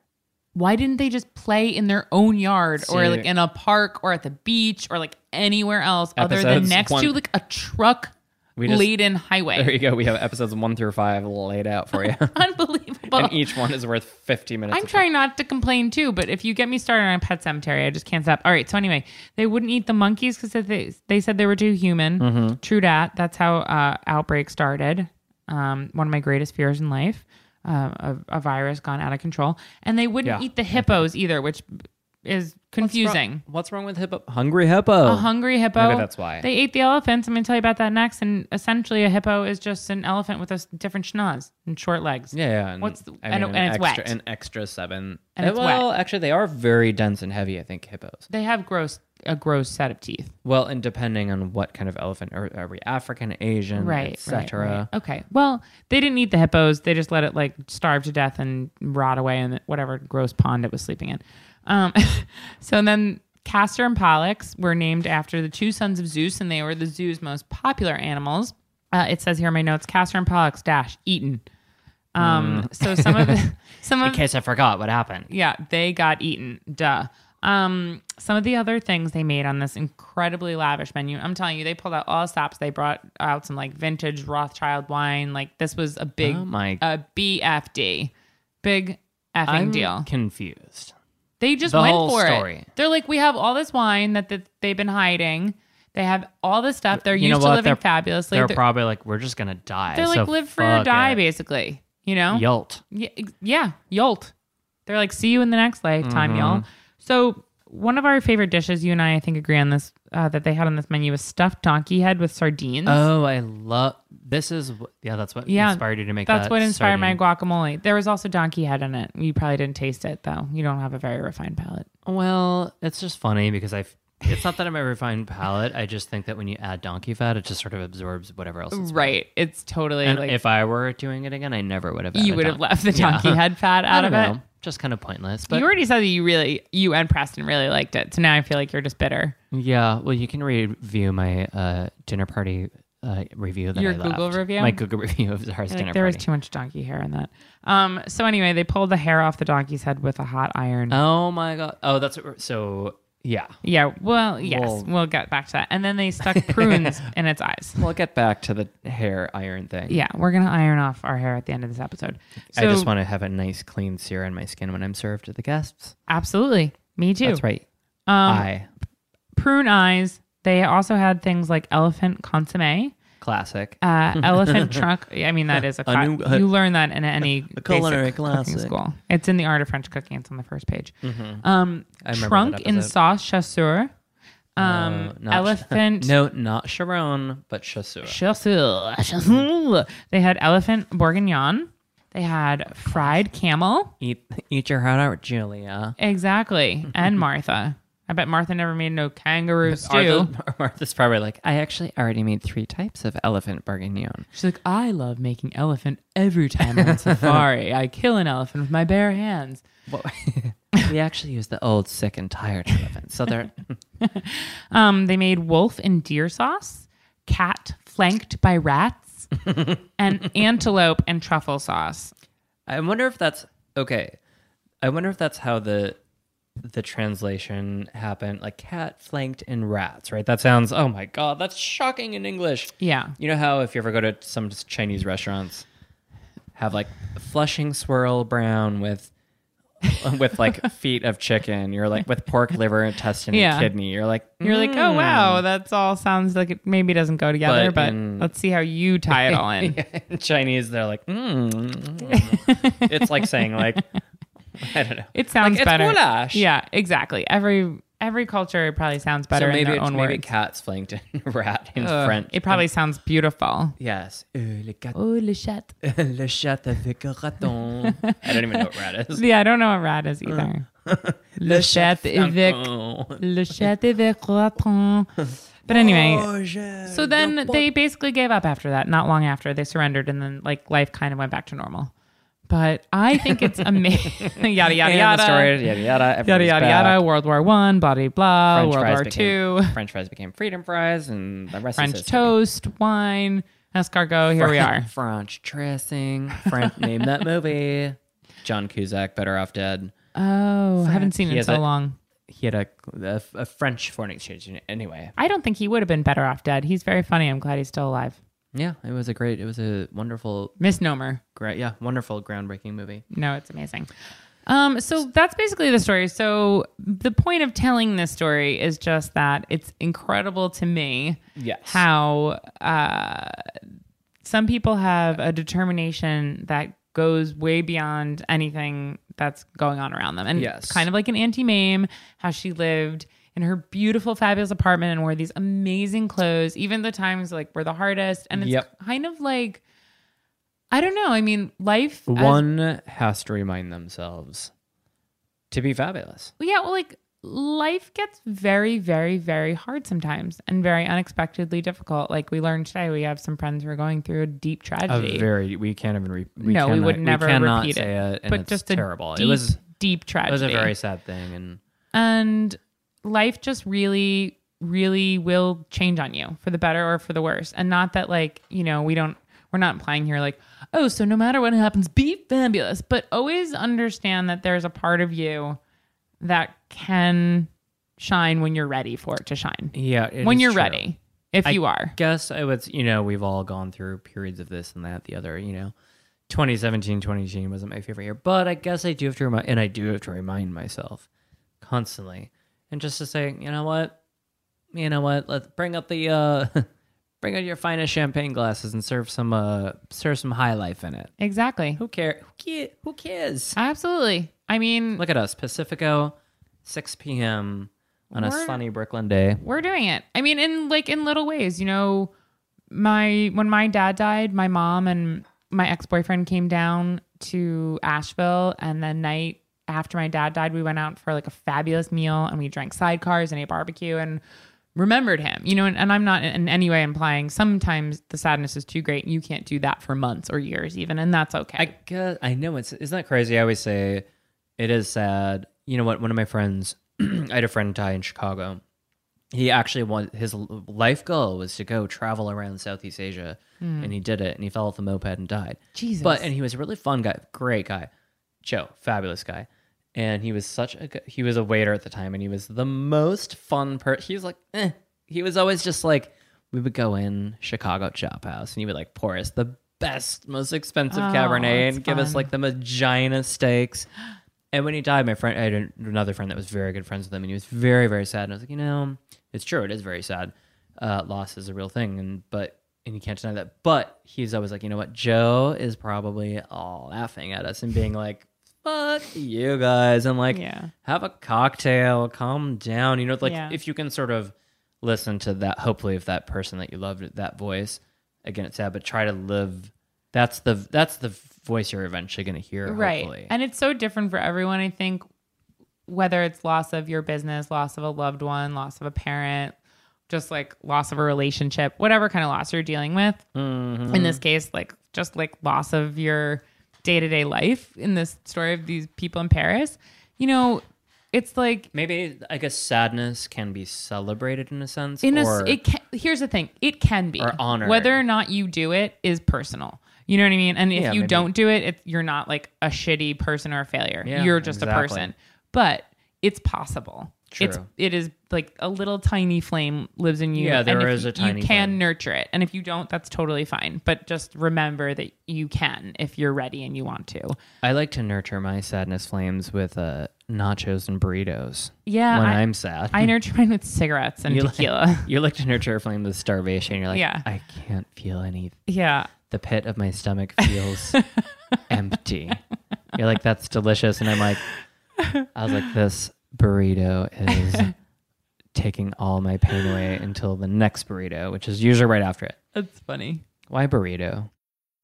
S3: why didn't they just play in their own yard or
S4: See-
S3: like in a park or at the beach or like anywhere else other than
S4: Episodes
S3: next
S4: one-
S3: to like a truck
S4: We just-
S3: laden highway?
S4: There you go. We have episodes one through five laid out for you.
S3: Unbelievable.
S4: and each one is worth 50 minutes.
S3: I'm
S4: of-
S3: trying not to complain too, but if you get me started on Pet Cemetery, I just can't stop. All right, so anyway, they wouldn't eat the monkeys because they, they said they were too human.
S4: Mm-hmm.
S3: True dat. That's how uh, outbreak started. Um, one of my greatest fears in life, uh, a, a virus gone out of control, and they wouldn't
S4: Yeah.
S3: eat the hippos either, which is confusing.
S4: What's wrong with hippo? Hungry hippo.
S3: A hungry hippo.
S4: Maybe that's why.
S3: they ate the elephants. I'm going to tell you about that next. And essentially, a hippo is just an elephant with a s- different schnoz and short legs.
S4: Yeah, yeah. And,
S3: What's the-
S4: I
S3: and-
S4: mean,
S3: and
S4: an
S3: it's
S4: extra,
S3: wet.
S4: An extra seven.
S3: And
S4: Eh,
S3: it's
S4: well,
S3: wet.
S4: actually, they are very dense and heavy. I think hippos.
S3: They have gross a gross set of teeth.
S4: Well, and depending on what kind of elephant, are, are we African, Asian,
S3: right,
S4: etc.
S3: right. Okay. Well, they didn't eat the hippos. They just let it like starve to death and rot away in whatever gross pond it was sleeping in. Um, so then Castor and Pollux were named after the two sons of Zeus, and they were the zoo's most popular animals. Uh, it says here in my notes: Castor and Pollux dash eaten. Um, So some of the, some of
S4: In case I forgot what happened.
S3: yeah, they got eaten. Duh. Um, some of the other things they made on this incredibly lavish menu. I'm telling you, they pulled out all stops. They brought out some like vintage Rothschild wine. Like this was a big,
S4: Oh my-
S3: a BFD, big effing
S4: I'm
S3: deal.
S4: confused.
S3: They just
S4: The
S3: went
S4: whole
S3: for
S4: story.
S3: it. They're like, we have all this wine that, that they've been hiding. They have all this stuff. They're
S4: You
S3: used
S4: know
S3: to
S4: what?
S3: living
S4: They're-
S3: fabulously.
S4: They're
S3: They're,
S4: probably like, we're just gonna die.
S3: they're like
S4: so
S3: live free or
S4: fuck
S3: die,
S4: it.
S3: basically. You know?
S4: Yelt.
S3: Yeah, ex- yeah, yolt. They're like, see you in the next lifetime,
S4: Mm-hmm.
S3: y'all. So one of our favorite dishes, you and I, I think, agree on this uh, that they had on this menu was stuffed donkey head with sardines.
S4: Oh, I love. This is wh- yeah. That's what
S3: Yeah,
S4: inspired you to make
S3: That's
S4: that
S3: what inspired
S4: sardine.
S3: my guacamole. There was also donkey head in it. You probably didn't taste it though. You don't have a very refined palate.
S4: Well, it's just funny because I. It's not that I'm a refined palate. I just think that when you add donkey fat, it just sort of absorbs whatever else. It's
S3: Right. It's totally
S4: And
S3: like
S4: if I were doing it again, I never would have.
S3: you
S4: added
S3: would have
S4: don-
S3: left the
S4: Yeah.
S3: donkey head fat
S4: I
S3: out of
S4: don't
S3: it.
S4: know. Just kind of pointless. But
S3: you already said that you really, you and Preston really liked it. So now I feel like you're just bitter.
S4: yeah, well, you can review my uh, dinner party uh, review that
S3: Your
S4: I
S3: Google
S4: left.
S3: review?
S4: My Google review of Zara's
S3: Like,
S4: dinner
S3: there was
S4: party.
S3: too much donkey hair in that. Um, so anyway, they pulled the hair off the donkey's head with a hot iron.
S4: oh my god! Oh, that's what we're, so. Yeah,
S3: yeah, well, yes,
S4: Well-
S3: we'll get back to that. And then they stuck prunes in its eyes.
S4: we'll get back to the hair iron thing.
S3: Yeah, we're gonna iron off our hair at the end of this episode. So,
S4: I just want to have a nice clean sear on my skin when I'm served to the guests.
S3: absolutely. Me too.
S4: That's right.
S3: Um,
S4: I
S3: Prune eyes. They also had things like elephant consomme,
S4: classic.
S3: uh, elephant trunk. I mean, that is a, cla-
S4: new- a-
S3: you learn that in any
S4: culinary
S3: basic cooking
S4: classic. Mm-hmm.
S3: school. It's in the art of French cooking. It's on the first page. Um,
S4: I remember that
S3: trunk in
S4: episode. Uh,
S3: sauce chasseur. Um,
S4: not-
S3: elephant.
S4: no, not Sharon, but Shasura.
S3: Chasseur. Chasseur. They had elephant bourguignon. They had fried camel.
S4: eat eat your heart out, Julia.
S3: Exactly. And Martha. I bet Martha never made no kangaroo stew.
S4: Martha, Martha's probably like, I actually already made three types of elephant bourguignon.
S3: She's like, I love making elephant every time I'm on safari. I kill an elephant with my bare hands.
S4: What- we actually use the old sick and tired elephant. So they're
S3: Um, they made wolf and deer sauce, cat flanked by rats, and antelope and truffle sauce.
S4: I wonder if that's okay. I wonder if that's how the the translation happened. Like cat flanked in rats, right? That sounds oh my god, that's shocking in English.
S3: Yeah.
S4: You know how if you ever go to some Chinese restaurants, have like flushing swirl brown with with like feet of chicken. You're like with pork liver, intestine,
S3: Yeah.
S4: and kidney. You're like mm,
S3: You're like, oh wow, that's all sounds like it maybe doesn't go together,
S4: Hmm. But
S3: but,
S4: in-
S3: let's see how you tie it all in.
S4: in Chinese. They're like, mm. it's like saying like I don't know.
S3: It sounds
S4: Like, it's
S3: better.
S4: goulash.
S3: Yeah, exactly. Every every culture probably sounds better
S4: so maybe
S3: in their
S4: it's
S3: own
S4: maybe
S3: words.
S4: cat's flanked in rat in
S3: Ugh,
S4: French.
S3: Uh, It probably sounds beautiful.
S4: yes. le cat,
S3: Oh, le chat.
S4: le chat avec un raton. I don't even know what rat is.
S3: Yeah, I don't know what rat is either. le chat Uh. avec
S4: Oh.
S3: le chat avec Oh, raton. But anyway,
S4: Oh,
S3: so then they basically gave up after that. Not long after they surrendered, and then like life kind of went back to normal. But I think it's amazing. yada yada
S4: And
S3: yada.
S4: the story, yada yada,
S3: Yada
S4: everybody's
S3: yada
S4: back.
S3: yada. World War One, blah blah blah.
S4: French
S3: World
S4: fries
S3: War
S4: became,
S3: Two.
S4: French fries became freedom fries, and the rest is
S3: French
S4: history.
S3: toast, wine, escargot. Here we are.
S4: French dressing. French name that movie. John Cusack, Better Off Dead.
S3: Oh, I haven't seen
S4: He
S3: it in
S4: has
S3: so
S4: a-
S3: long.
S4: He had a, a, a French foreign exchange unit. Anyway,
S3: I don't think he would have been better off dead. He's very funny. I'm glad he's still alive.
S4: yeah, it was a great, it was a wonderful,
S3: Misnomer.
S4: great, yeah, wonderful groundbreaking movie.
S3: No, it's amazing. Um, so that's basically the story. So the point of telling this story is just that it's incredible to me
S4: Yes.
S3: how uh, some people have a determination that goes way beyond anything that's going on around them. And
S4: Yes.
S3: kind of like an Auntie Mame, how she lived in her beautiful, fabulous apartment and wore these amazing clothes, even the times like were the hardest. And it's
S4: Yep.
S3: kind of like, I don't know. I mean, life as-
S4: One has to remind themselves to be fabulous.
S3: Well, yeah, well, like life gets very, very, very hard sometimes and very unexpectedly difficult. Like we learned today, we have some friends who are going through a deep
S4: A
S3: tragedy.
S4: very, we can't even, re- we
S3: no, we
S4: cannot-
S3: would never
S4: we cannot
S3: repeat
S4: say
S3: it.
S4: it, and
S3: but
S4: it's
S3: just a
S4: terrible.
S3: Deep,
S4: it was,
S3: deep tragedy.
S4: it was a very sad thing, and
S3: and life just really, really will change on you for the better or for the worse. And not that like you know we don't we're not implying here like oh so no matter what happens be fabulous, but always understand that there's a part of you that can shine when you're ready for it to shine.
S4: yeah, it
S3: when
S4: is
S3: you're
S4: true.
S3: ready, if you are.
S4: guess I would, you know, we've all gone through periods of this and that, the other, you know. 2017, 2018 wasn't my favorite year, but I guess I do have to remind, and I do have to remind myself constantly, and just to say, you know what, you know what, let's bring up the, uh, bring out your finest champagne glasses and serve some, uh, serve some high life in it.
S3: Exactly.
S4: Who care? Who care? Who cares?
S3: Absolutely. I mean,
S4: Look at us, Pacifico, 6 p.m. on a
S3: We're-
S4: sunny Brooklyn day.
S3: we're doing it. I mean, in like in little ways, you know, my when my dad died, my mom and my ex-boyfriend came down to Asheville and the night after my dad died, we went out for like a fabulous meal and we drank sidecars and ate barbecue and remembered him. You know, and, and I'm not in, in any way implying sometimes the sadness is too great and you can't do that for months or years even, and that's okay.
S4: I guess I know it's isn't that crazy. I always say it is sad. You know what? One of my friends, I had a friend die in Chicago. He actually wanted his l- life goal was to go travel around Southeast Asia, and he did it. And he fell off a moped and died.
S3: Jesus.
S4: But and he was a really fun guy, great guy, Joe, fabulous guy. And he was such a good, he was a waiter at the time, and he was the most fun person. He was like, eh. he was always just like we would go in Chicago Chop House, and he would like pour us the best, most expensive
S3: Oh,
S4: Cabernet,
S3: that's
S4: and give us
S3: fun.
S4: like the magina steaks. And when he died, my friend, I had an- another friend that was very good friends with him, and he was very, very sad. And I was like, you know, it's true, it is very sad. Uh, loss is a real thing, and but and you can't deny that. But he's always like, you know what, Joe is probably all laughing at us and being like, "Fuck you guys," and like,
S3: Yeah.
S4: have a cocktail, calm down. You know, like
S3: Yeah.
S4: if you can sort of listen to that, hopefully, if that person that you loved, that voice, again, it's sad, but try to live. That's the that's the voice you're eventually going to hear,
S3: right
S4: Hopefully.
S3: and it's so different for everyone i think whether it's loss of your business loss of a loved one loss of a parent just like loss of a relationship whatever kind of loss you're dealing with in this case like just like loss of your day-to-day life in this story of these people in paris you know it's like
S4: Maybe I guess sadness can be celebrated in a sense.
S3: in a s-
S4: or,
S3: it can, here's the thing it can be
S4: or honored.
S3: whether or not you do it is personal you know what i mean and if
S4: Yeah,
S3: you
S4: maybe.
S3: don't do it it's, you're not like a shitty person or a failure
S4: Yeah,
S3: you're just a
S4: exactly.
S3: person but it's possible it's
S4: True.
S3: it is like a little tiny flame lives in you
S4: Yeah,
S3: and
S4: there
S3: if
S4: is a
S3: you-
S4: tiny
S3: you can
S4: flame.
S3: nurture it and if you don't that's totally fine but just remember that you can if you're ready and you want to
S4: I like to nurture my sadness flames with uh, nachos and burritos.
S3: Yeah,
S4: when
S3: I-
S4: I, am sad,
S3: i nurture mine with cigarettes and
S4: Hmm. You like-
S3: tequila
S4: you like to nurture a flame with starvation. You're like,
S3: Yeah.
S4: I can't feel any.
S3: yeah
S4: The pit of my stomach feels empty. You're like, that's delicious, and I'm like, I was like, this burrito is taking all my pain away until the next burrito, which is usually right after it.
S3: that's funny
S4: Why burrito?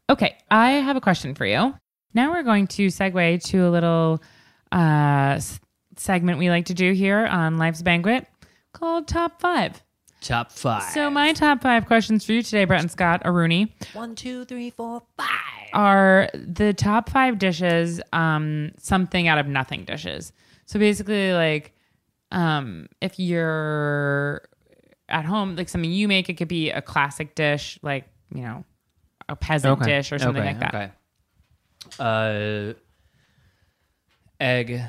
S3: Okay, I have a question for you. Now we're going to segue to a little uh, s- segment we like to do here on Life's Banquet called Top Five.
S4: Top five.
S3: So, my top five questions for you today, Brett and Scott Aruni,
S4: One, two, three, four, five.
S3: are the top five dishes um, something out of nothing dishes. So, basically, like um, if you're at home, like something you make, it could be a classic dish, like, you know, a peasant dish or something like that.
S4: Okay. Uh, egg,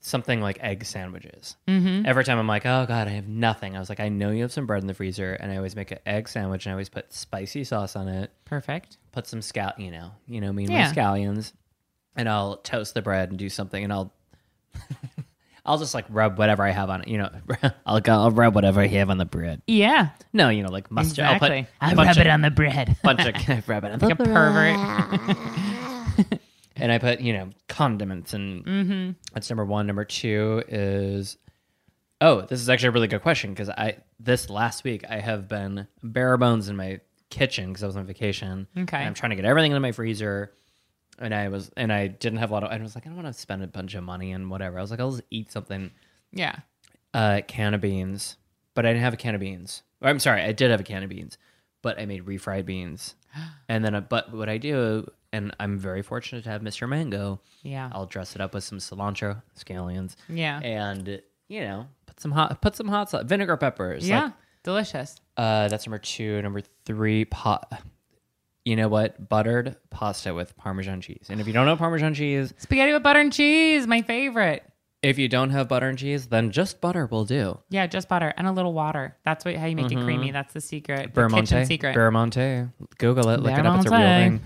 S4: something like egg sandwiches. Mm-hmm. Every time I'm like, oh god, I have nothing. I was like, I know you have some bread in the freezer, and I always make an egg sandwich, and I always put spicy sauce on it,
S3: Perfect.
S4: put some scal, you know, you know me and
S3: Yeah.
S4: my scallions, and I'll toast the bread and do something, and I'll. I'll just like rub whatever I have on it, you know. I'll go, I'll rub whatever I have on the bread.
S3: Yeah.
S4: No, you know, like mustard.
S3: Exactly.
S4: I'll put a bunch of-
S3: the bread.
S4: bunch of rub it on
S3: like a pervert.
S4: and I put you know condiments and that's number one. Number two is oh, this is actually a really good question because I this last week I have been bare bones in my kitchen because I was on vacation.
S3: Okay.
S4: and I'm trying to get everything into my freezer. And I was, and I didn't have a lot of. I was like, I don't want to spend a bunch of money and whatever. I was like, I'll just eat something
S3: Yeah.
S4: uh, can of beans, but I didn't have a can of beans. Or, I'm sorry, I did have a can of beans, but I made refried beans. And then, I, but what I do, and I'm very fortunate to have Mr. Mango.
S3: Yeah.
S4: I'll dress it up with some cilantro, scallions,
S3: Yeah.
S4: and you know, put some hot, put some hot sauce, vinegar, peppers.
S3: yeah.
S4: Like,
S3: Delicious.
S4: uh, that's number two. Number three, pot. You know what? Buttered pasta with Parmesan cheese. And if you don't know Parmesan cheese,
S3: Spaghetti with butter and cheese, my favorite.
S4: if you don't have butter and cheese, then just butter will do.
S3: Yeah, just butter and a little water. That's what how you make it
S4: Mm-hmm.
S3: creamy. That's the secret. The kitchen
S4: Baramonte.
S3: secret.
S4: Baramonte. Google it. Look it up. It's a real
S3: Baramonte.
S4: thing.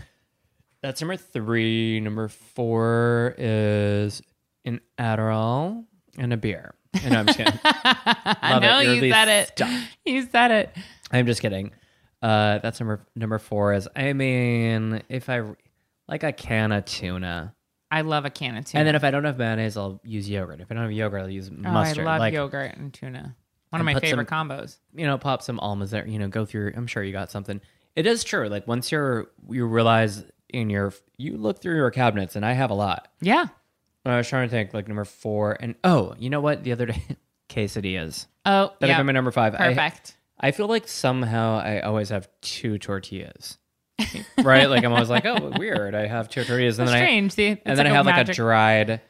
S4: That's number three. Number four is an Adderall and a beer. And I'm just kidding.
S3: I
S4: Love it.
S3: know
S4: You're
S3: you
S4: the
S3: said it. You said it.
S4: I'm just kidding. Uh, that's number number four. Is I mean, if I like a can of tuna,
S3: I love a can of tuna.
S4: and then if I don't have mayonnaise, I'll use yogurt. If I don't have yogurt, I'll use
S3: oh,
S4: mustard.
S3: I love
S4: like
S3: yogurt and tuna. One of
S4: And
S3: my
S4: put some-
S3: favorite combos.
S4: you know, pop some almonds there. You know, go through. I'm sure you got something. It is true. Like once you're, you realize in your, you look through your cabinets, and I have a lot.
S3: Yeah.
S4: I was trying to think like number four, and oh, you know what? The other day, quesadillas.
S3: Oh,
S4: That
S3: yeah.
S4: have been my number five. I-
S3: Perfect.
S4: I feel like somehow I always have two tortillas. right? Like I'm always like, oh, weird. I have two tortillas, and
S3: That's
S4: then I
S3: strange. The,
S4: and then I have like a dried,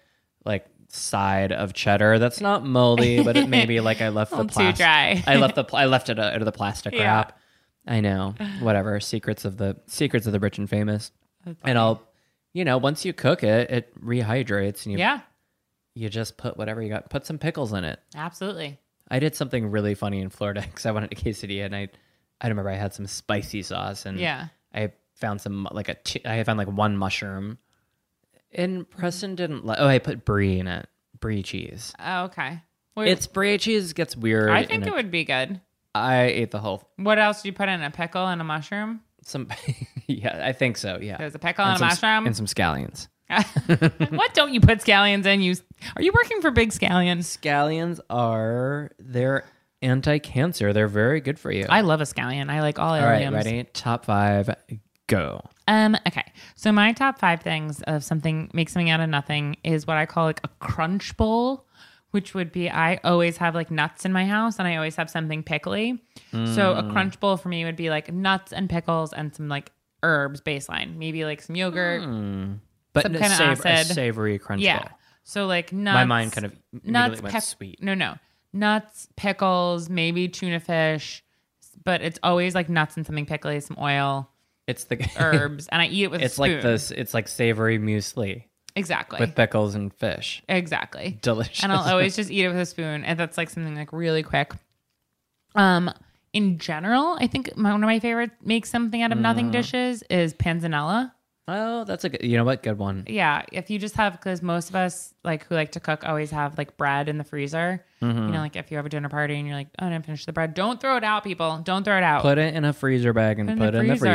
S4: like side of cheddar that's not moldy, but it may be like I left the
S3: Too
S4: plastic.
S3: dry.
S4: I left the pl- I left it uh, out of the plastic
S3: Yeah.
S4: wrap. I know, whatever secrets of the secrets of the rich and famous. and I'll, you know, once you cook it, it rehydrates, and you
S3: yeah,
S4: you just put whatever you got. Put some pickles in it.
S3: absolutely.
S4: I did something really funny in Florida because I wanted a quesadilla, and I I remember I had some spicy sauce, and
S3: Yeah.
S4: I found some like a chi- I found like one mushroom, and Preston didn't like. Oh, I put brie in it, brie cheese.
S3: Oh, okay. Well,
S4: It's brie cheese gets weird.
S3: I
S4: and
S3: think it would be good.
S4: I ate the whole
S3: What else do you put in a pickle and a mushroom?
S4: some. yeah, I think so. Yeah,
S3: There's a pickle and, a
S4: some,
S3: mushroom.
S4: and some scallions.
S3: what don't you put scallions in? You are you working for Big Scallions?
S4: Scallions are they're anti-cancer. They're very good for you.
S3: I love a scallion. I like all
S4: All right,
S3: aliens.
S4: ready? Top five, go.
S3: Um. Okay. So my top five things of something make something out of nothing is what I call like a crunch bowl, which would be I always have like nuts in my house and I always have something pickly. So
S4: Mm.
S3: a crunch bowl for me would be like nuts and pickles and some like herbs baseline, maybe like some yogurt.
S4: Mm, But
S3: Some
S4: a
S3: kinda
S4: sav- a
S3: acid.
S4: savory crunch
S3: Yeah.
S4: ball.
S3: So like nuts.
S4: My mind kind of immediately
S3: nuts
S4: went
S3: pep-
S4: sweet.
S3: No, no nuts, pickles, maybe tuna fish, but it's always like nuts and something pickly, some oil,
S4: It's the
S3: herbs, and I eat it with a
S4: It's
S3: spoon.
S4: like this. It's like savory muesli
S3: exactly
S4: with pickles and fish.
S3: exactly.
S4: Delicious.
S3: and I'll always just eat it with a spoon. And that's like something like really quick. Um, in general, I think my, one of my favorite make something out of
S4: Mm.
S3: nothing dishes is panzanella.
S4: oh, that's a good. You know what? Good one.
S3: Yeah, if you just have because most of us like who like to cook always have like bread in the freezer.
S4: Mm-hmm.
S3: You know, like if you have a dinner party and you're like, oh, I didn't finish the bread. Don't throw it out, people. Don't throw it out.
S4: Put it in a freezer bag and
S3: Put
S4: put it in the freezer.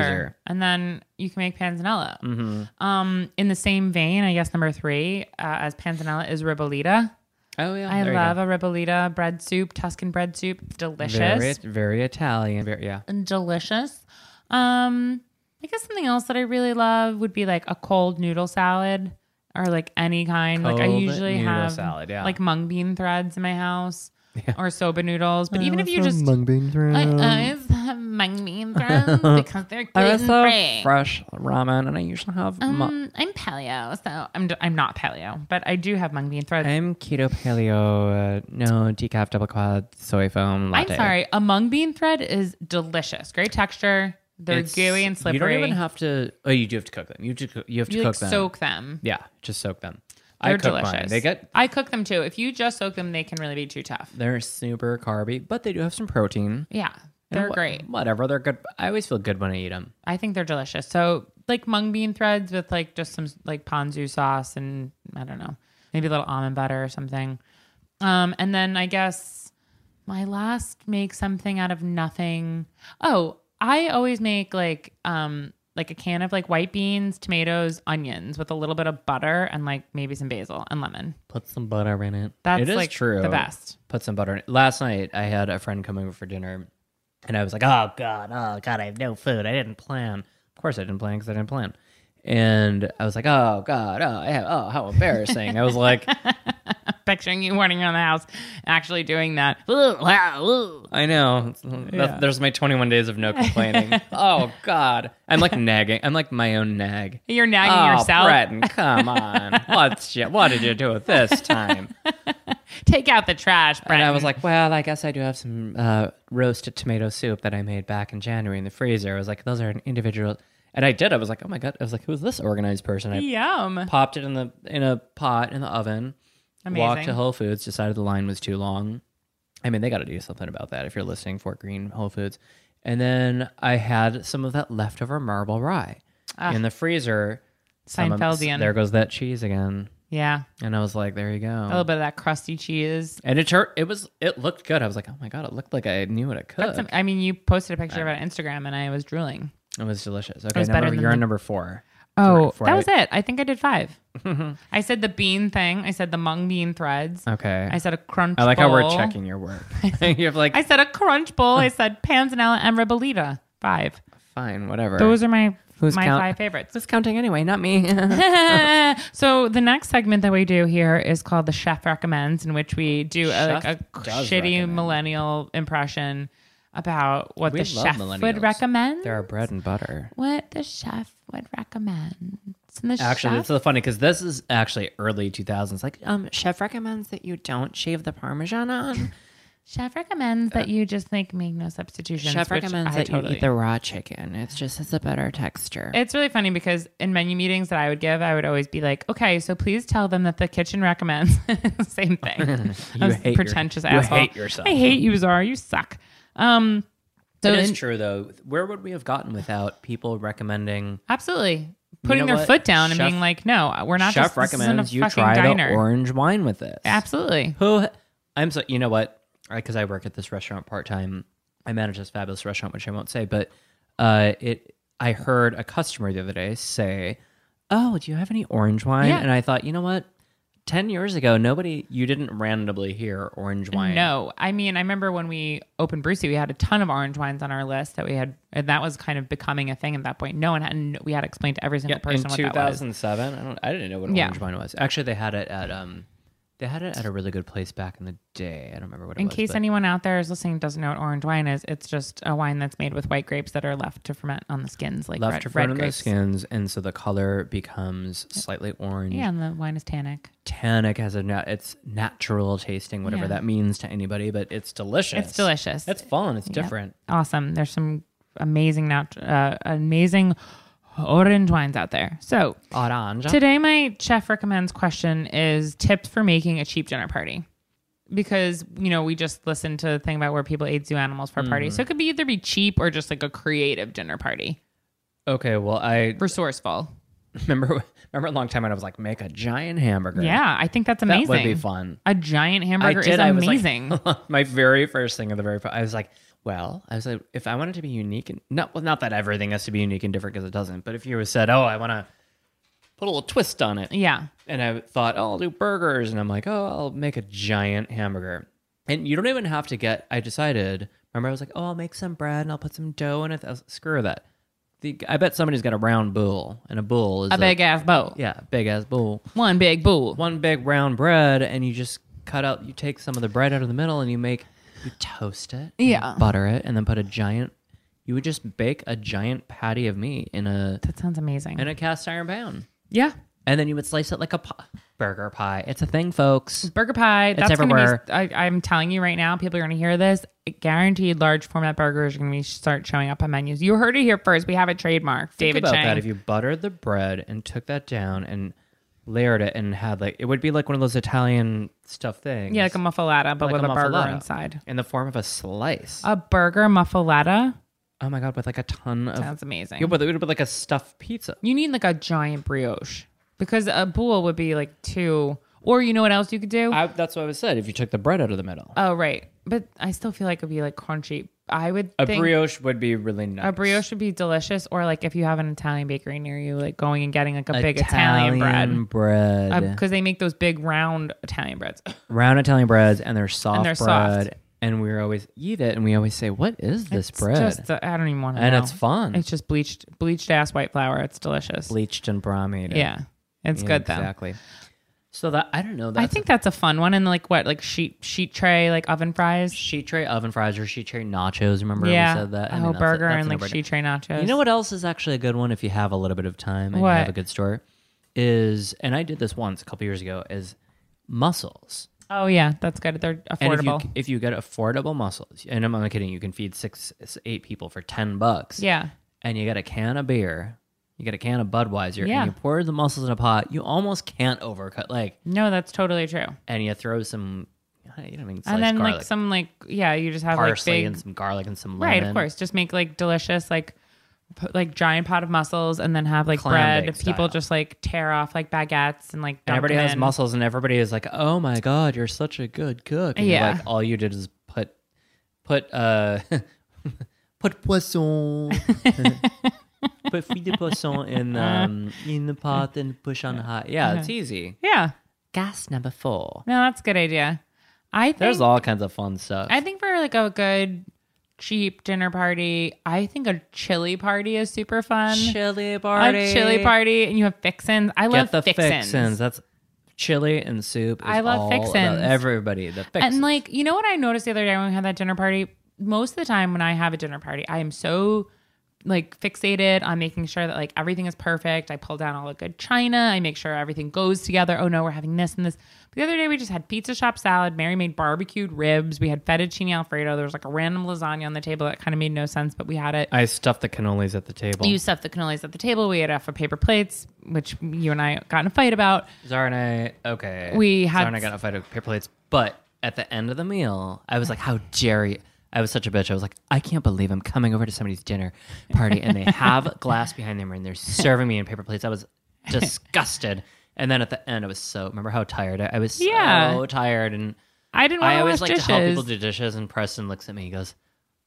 S4: Mm-hmm.
S3: and then you can make panzanella. Um, in the same vein, I guess number three uh, as panzanella is ribolita.
S4: Oh yeah,
S3: I
S4: there you
S3: love
S4: go.
S3: a ribolita bread soup, Tuscan bread soup. It's
S4: Very,
S3: delicious.
S4: very Italian. Very, yeah.
S3: and Delicious. Um, I guess something else that I really love would be like a cold noodle salad or like any kind. like I
S4: Cold
S3: usually
S4: noodle
S3: have
S4: salad, yeah.
S3: like mung bean threads in my house or soba noodles. But even if you just
S5: bean
S3: I uh,
S5: through.
S3: always have mung bean threads because they're
S4: I
S3: gluten
S4: also
S3: free.
S4: have fresh ramen, and I usually have. mu-
S3: um, I'm paleo, so I'm I'm not paleo, but I do have mung bean threads.
S4: I'm keto paleo. Uh, no decaf double quad soy foam
S3: I'm
S4: latte.
S3: sorry. A mung bean thread is delicious. Great texture. They're
S4: It's-
S3: gooey and slippery.
S4: You don't even have to. Oh, you do have to cook them. You have to. cook- You have to
S3: You,
S4: cook
S3: like
S4: them.
S3: soak them.
S4: Yeah, just soak them. I
S3: They're
S4: cook mine.
S3: delicious.
S4: They get
S3: I cook them too. If you just soak them, they can really be too tough.
S4: they're super carby, but they do have some protein.
S3: Yeah,
S4: And
S3: they're
S4: wha-
S3: great.
S4: Whatever, they're good. I always feel good when I eat them.
S3: I think they're delicious. So like mung bean threads with like just some like ponzu sauce and I don't know, maybe a little almond butter or something. Um, and then I guess my last make something out of nothing. Oh, I always make like um like a can of like white beans, tomatoes, onions with a little bit of butter and like maybe some basil and lemon.
S4: Put some butter in it.
S3: That's
S4: it is
S3: like
S4: true.
S3: the best.
S4: Put some butter in it. Last night, I had a friend come over for dinner, and I was like, "Oh God, oh God, I have no food. I didn't plan. Of course, I didn't plan because I didn't plan." And I was like, "Oh God, oh, I have, oh, how embarrassing." I was like,
S3: Picturing you running around the house, actually doing that. Ooh, wow, ooh.
S4: I know. That's, There's my 21 days of no complaining. oh God, I'm like nagging. I'm like my own nag.
S3: You're nagging
S4: oh,
S3: yourself.
S4: Breton, come on. What's you, what did you do it this time?
S3: Take out the trash, Brent.
S4: And I was like, well, I guess I do have some uh, roasted tomato soup that I made back in January in the freezer. I was like, those are an individual. And I did. I was like, oh my God. I was like, who's this organized person? I
S3: Yum.
S4: popped it in the in a pot in the oven. Walked
S3: Amazing.
S4: to Whole Foods, decided the line was too long. I mean, they got to do something about that if you're listening Fort Greene Whole Foods. And then I had some of that leftover marble rye in the freezer. Some of-
S3: Seinfeldian.
S4: There goes that cheese again.
S3: Yeah.
S4: And I was like, there you go.
S3: A little bit of that crusty cheese.
S4: And it tur- it was it looked good. I was like, oh my god, it looked like I knew what I could.
S3: That's some, I mean, you posted a picture of it on Instagram and I was drooling.
S4: it was delicious. Okay,
S3: was better
S4: number,
S3: than
S4: you're
S3: the-
S4: on number four.
S3: Oh,
S4: For- for
S3: that
S4: I-
S3: was it. I think I did five.
S4: Mm-hmm.
S3: I said the bean thing. I said the mung bean threads.
S4: Okay,
S3: I said a crunch
S4: Oh. I like how we're
S3: bowl.
S4: checking your work. you're like,
S3: I said a crunch bowl. I said panzanella and ribolita. Five.
S4: fine, whatever.
S3: Those are my,
S4: Who's
S3: my
S4: count-
S3: five favorites.
S4: Who's counting anyway? Not me.
S3: so the next segment that we do here is called the chef recommends in which we do a, like a
S4: Chef does
S3: shitty
S4: recommend.
S3: millennial impression about what
S4: We
S3: the
S4: love
S3: chef
S4: millennials.
S3: would recommend
S4: They're our bread and butter.
S3: what the chef would recommend and the
S4: Actually,
S3: chef
S4: it's so funny because this is actually early 2000s. Like, um, chef recommends that you don't shave the parmesan on.
S3: chef recommends that you just like make no substitutions
S4: Uh, chef
S3: which
S4: recommends
S3: I
S4: that
S3: totally-
S4: you eat the raw chicken. It's just it's a better texture.
S3: It's really funny because in menu meetings that I would give, I would always be like, "Okay, so please tell them that the kitchen recommends." Same thing. I was
S4: hate your-
S3: pretentious
S4: you
S3: asshole.
S4: hate yourself.
S3: I hate you, Zara. You suck. Um, so
S4: it is
S3: in-
S4: true though. Where would we have gotten without people recommending?
S3: absolutely putting their
S4: what?
S3: foot down and
S4: Chef-
S3: being like, "No, we're not." just,
S4: chef
S3: this isn't a
S4: recommends you
S3: fucking
S4: try
S3: diner.
S4: the orange wine with this.
S3: Absolutely.
S4: Who? I'm so. You know what? Because I work at this restaurant part time. I manage this fabulous restaurant, which I won't say, but uh, it. I heard a customer the other day say, "Oh, do you have any orange wine?"
S3: Yeah.
S4: And I thought, you know what? Ten years ago, nobody, you didn't randomly hear orange wine.
S3: No, I mean, I remember when we opened Brucey, we had a ton of orange wines on our list that we had, and that was kind of becoming a thing at that point. No one had, and we had to explain to every single
S4: Yeah,
S3: person
S4: in
S3: what that was.
S4: 2007, I don't. I didn't know what
S3: Yeah.
S4: orange wine was. Actually, they had it at um, they had it at a really good place back in the day. I don't remember what it
S3: In
S4: was.
S3: case
S4: but-
S3: anyone out there is listening and doesn't know what orange wine is, it's just a wine that's made with white grapes that are left to ferment on the skins, like
S4: left
S3: red,
S4: to
S3: red
S4: front of the
S3: grapes.
S4: skins, and so the color becomes slightly orange.
S3: Yeah, and the wine is tannic.
S4: Tannic has a na- it's natural tasting, whatever
S3: Yeah.
S4: that means to anybody, but it's delicious.
S3: It's delicious.
S4: It's fun. It's different.
S3: awesome. There's some amazing, nat- uh, amazing orange wines out there. So
S4: Orange.
S3: Today, my chef recommends question is tips for making a cheap dinner party. Because, you know, we just listened to the thing about where people ate zoo animals for a party.
S4: Mm-hmm.
S3: So it could be either be cheap or just like a creative dinner party.
S4: Okay, well, I
S3: Resourceful.
S4: remember remember a long time when I was like, make a giant hamburger.
S3: Yeah, I think that's
S4: that
S3: amazing.
S4: would be fun.
S3: A giant hamburger
S4: I did.
S3: is
S4: I was like-
S3: amazing.
S4: my very first thing of the very, fir- I was like, well, I was like, if I wanted to be unique and not, well, not that everything has to be unique and different because it doesn't, but if you said, oh, I want to put a little twist on it,
S3: yeah.
S4: and I thought, oh, I'll do burgers. And I'm like, oh, I'll make a giant hamburger. And you don't even have to get, I decided, remember, I was like, oh, I'll make some bread and I'll put some dough in it. I was- Screw that. The, I bet somebody's got a round bowl, and a bowl is
S3: A big ass bowl.
S4: yeah, big ass bowl.
S3: One big bowl.
S4: One big round bread, and you just cut out, you take some of the bread out of the middle and you make, you toast it, and
S3: Yeah.
S4: butter it, and then put a giant, you would just bake a giant patty of meat in a,
S3: That sounds amazing.
S4: in a cast iron pan.
S3: yeah.
S4: And then you would slice it like a pi- burger pie. It's a thing, folks.
S3: Burger pie. That's
S4: everywhere.
S3: Gonna be, I, I'm telling you right now, people are going to hear this. Guaranteed, large format burgers are going to be start showing up on menus. You heard it here first. We have a trademark.
S4: Think
S3: David
S4: about
S3: Chang.
S4: that. If you buttered the bread and took that down and layered it and had like it would be like one of those Italian stuffed things.
S3: Yeah, like a muffalata, but
S4: Like
S3: with a, burger
S4: muffaletta
S3: inside. Uh,
S4: in the form of a slice.
S3: A burger muffalata
S4: oh my god, with like a ton of
S3: sounds amazing.
S4: yeah, but it would be like a stuffed pizza.
S3: You need like a giant brioche because a boule would be like two. Or you know what else you could do?
S4: I, that's what I said. If you took the bread out of the middle,
S3: oh right, but I still feel like it'd be like crunchy. I would
S4: a
S3: think
S4: brioche would be really nice.
S3: a brioche would be delicious. Or like if you have an Italian bakery near you, like going and getting like a big Italian bread
S4: bread,
S3: Uh, because they make those big round Italian breads.
S4: round Italian breads, and they're soft
S3: they're soft.
S4: bread. And we always eat it, and we always say, "What is this
S3: It's
S4: bread?"
S3: just uh, I don't even want to.
S4: and
S3: know.
S4: it's fun.
S3: It's just bleached bleached ass white flour. It's delicious.
S4: bleached and brahmied.
S3: yeah, it's
S4: Yeah,
S3: good though.
S4: Exactly. So that I don't know. That's
S3: I think that's a fun one. And like what, like sheet sheet tray, like oven fries.
S4: sheet tray oven fries or sheet tray nachos. Remember
S3: yeah.
S4: we said that. I
S3: oh,
S4: mean, that's a-
S3: burger
S4: that's a
S3: and like
S4: no-brainer.
S3: sheet tray nachos.
S4: You know what else is actually a good one if you have a little bit of time and you
S3: What?
S4: have a good store is, and I did this once a couple years ago, is mussels.
S3: Oh yeah, that's good. They're
S4: And if
S3: affordable.
S4: you, if you get affordable mussels, and I'm not kidding, you can feed six, eight people for 10 bucks.
S3: yeah.
S4: And you get a can of beer, you get a can of Budweiser,
S3: Yeah.
S4: and you pour the mussels in a pot. You almost can't overcut, like,
S3: No, that's totally true.
S4: and you throw some, you know, I mean, sliced
S3: and then
S4: garlic,
S3: like some like yeah, you just have
S4: parsley
S3: like big
S4: and some garlic and some lemon.
S3: right, of course. Just make like delicious like put, like giant pot of mussels and then have like
S4: Clam
S3: bread.
S4: bake
S3: People
S4: style.
S3: just like tear off like baguettes and like
S4: And
S3: dump
S4: everybody
S3: them
S4: has
S3: in.
S4: muscles, and everybody is like, "Oh my god, you're such a good cook!" And you're
S3: Yeah.
S4: like all you did is put, put, uh, put poisson, put fruit de poisson in
S3: Uh-huh.
S4: um in the pot and push on high. Yeah, it's easy.
S3: Yeah.
S4: Gas number four.
S3: No, that's a good idea. I think
S4: There's all kinds of fun stuff.
S3: I think for like a good cheap dinner party, I think a chili party is super fun.
S4: chili party.
S3: A chili party, and you have fixins. I love
S4: Get the
S3: fixins.
S4: fixins. That's chili and soup. is
S3: I love
S4: all about
S3: fixins.
S4: Everybody the fixins.
S3: And like, you know what I noticed the other day when we had that dinner party? Most of the time when I have a dinner party, I am so like fixated on making sure that like everything is perfect. I pull down all the good china. I make sure everything goes together. Oh no, we're having this and this. But the other day we just had pizza shop salad. Mary made barbecued ribs. We had fettuccine alfredo. There was like a random lasagna on the table that kind of made no sense, but we had it.
S4: I stuffed the cannolis at the table.
S3: You stuffed the cannolis at the table. We had half of paper plates, which you and I got in a fight about.
S4: Zara and I, okay.
S3: We had-
S4: Zara and I got in a fight over paper plates, but at the end of the meal, I was like, "How dare you!" I was such a bitch. I was like, "I can't believe I'm coming over to somebody's dinner party and they have glass behind them and they're serving me in paper plates." I was disgusted. And then at the end, I was so remember how tired I, I was.
S3: Yeah.
S4: so tired, and
S3: I didn't want
S4: I
S3: to
S4: always
S3: wash
S4: like
S3: dishes.
S4: to help people do dishes. And Preston looks at me, he goes.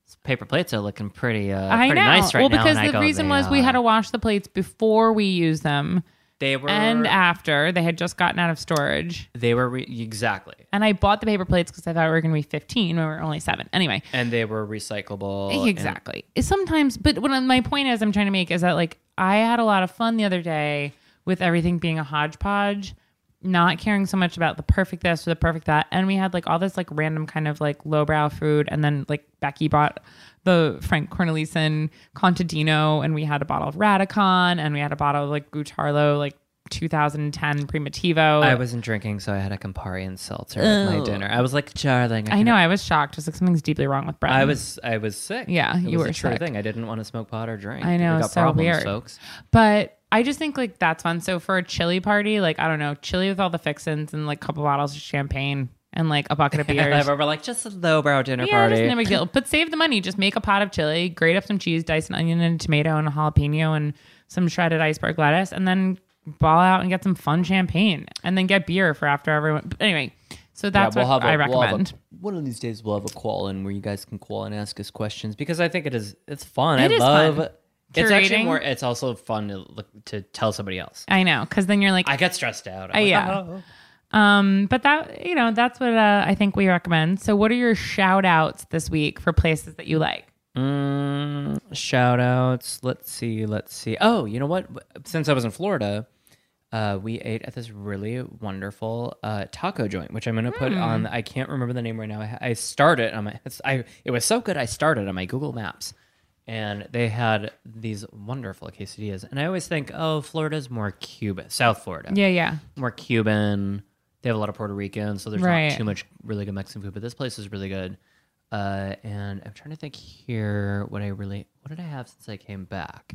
S4: "These Paper plates are looking pretty, uh,
S3: I
S4: pretty
S3: know.
S4: nice right
S3: well,
S4: now.
S3: because
S4: And I
S3: the
S4: go,
S3: reason
S4: "They
S3: was we
S4: are."
S3: had to wash the plates before we used them
S4: they were
S3: and after they had just gotten out of storage.
S4: they were re- exactly
S3: And I bought the paper plates because I thought we were going to be 15 when we were only seven. Anyway,
S4: and they were recyclable. and-
S3: exactly. Sometimes, but what I'm- my point is, I'm trying to make is that like I had a lot of fun the other day with everything being a hodgepodge, not caring so much about the perfect this or the perfect that, and we had like all this like random kind of like lowbrow food, and then like Becky bought the Frank Cornelison Contadino, and we had a bottle of Radicon, and we had a bottle of like Gutarlo, like 2010 Primitivo.
S4: I wasn't drinking, so I had a Campari and seltzer at my dinner. I was like, darling,
S3: Oh. I
S4: can-
S3: know I was shocked. I was like something's deeply wrong with Brett.
S4: I was, I was sick.
S3: Yeah,
S4: It
S3: you
S4: was
S3: were
S4: a true
S3: sick.
S4: thing. I didn't want to smoke pot or drink.
S3: I know,
S4: we
S3: it's
S4: got
S3: so
S4: problems,
S3: weird.
S4: folks.
S3: But I just think like that's fun. So for a chili party, like I don't know, chili with all the fixins and like a couple bottles of champagne and like a bucket of beers.
S4: And I remember like just a lowbrow dinner
S3: yeah,
S4: party.
S3: just no big deal. But save the money. Just make a pot of chili, grate up some cheese, dice an onion and a tomato and a jalapeno and some shredded iceberg lettuce, and then ball out and get some fun champagne, and then get beer for after everyone. But anyway, so
S4: Yeah,
S3: that's
S4: we'll
S3: what
S4: have a-
S3: I
S4: we'll have a-
S3: recommend.
S4: one of these days, we'll have a call in where you guys can call and ask us questions because I think it is, it's fun.
S3: It
S4: I
S3: is
S4: love.
S3: fun.
S4: It's actually
S3: Curating.
S4: more. It's also fun to look, to tell somebody else.
S3: I know, because then you're like,
S4: I get stressed out. I'm
S3: Uh,
S4: like,
S3: yeah.
S4: "Oh."
S3: um, but that you know, that's what uh, I think we recommend. So, what are your shout outs this week for places that you like?
S4: Mm, shout outs. Let's see. Let's see. Oh, you know what? Since I was in Florida, uh, we ate at this really wonderful uh, taco joint, which I'm going to put on. I can't remember the name right now. I, I started on my. It's, I it was so good. I started on my Google Maps, and they had these wonderful quesadillas. And I always think, oh, Florida's more Cuban, South Florida,
S3: Yeah, yeah.
S4: more Cuban. They have a lot of Puerto Ricans, so there's
S3: Right.
S4: not too much really good Mexican food. But this place is really good. Uh, and I'm trying to think here what I really what did I have since I came back?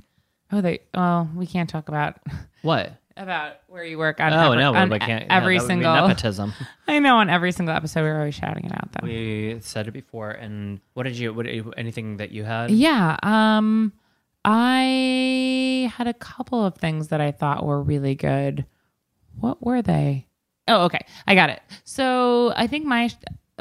S3: Oh, they. Oh, we can't talk about.
S4: What?
S3: about where you work on,
S4: Oh
S3: every,
S4: no,
S3: on
S4: we can't.
S3: e-
S4: yeah,
S3: every
S4: that would be
S3: single.
S4: nepotism.
S3: I know on every single episode we were always shouting it out though.
S4: We said it before. And what did you? What anything that you had?
S3: yeah, um I had a couple of things that I thought were really good. What were they? Oh, okay. I got it. So, I think my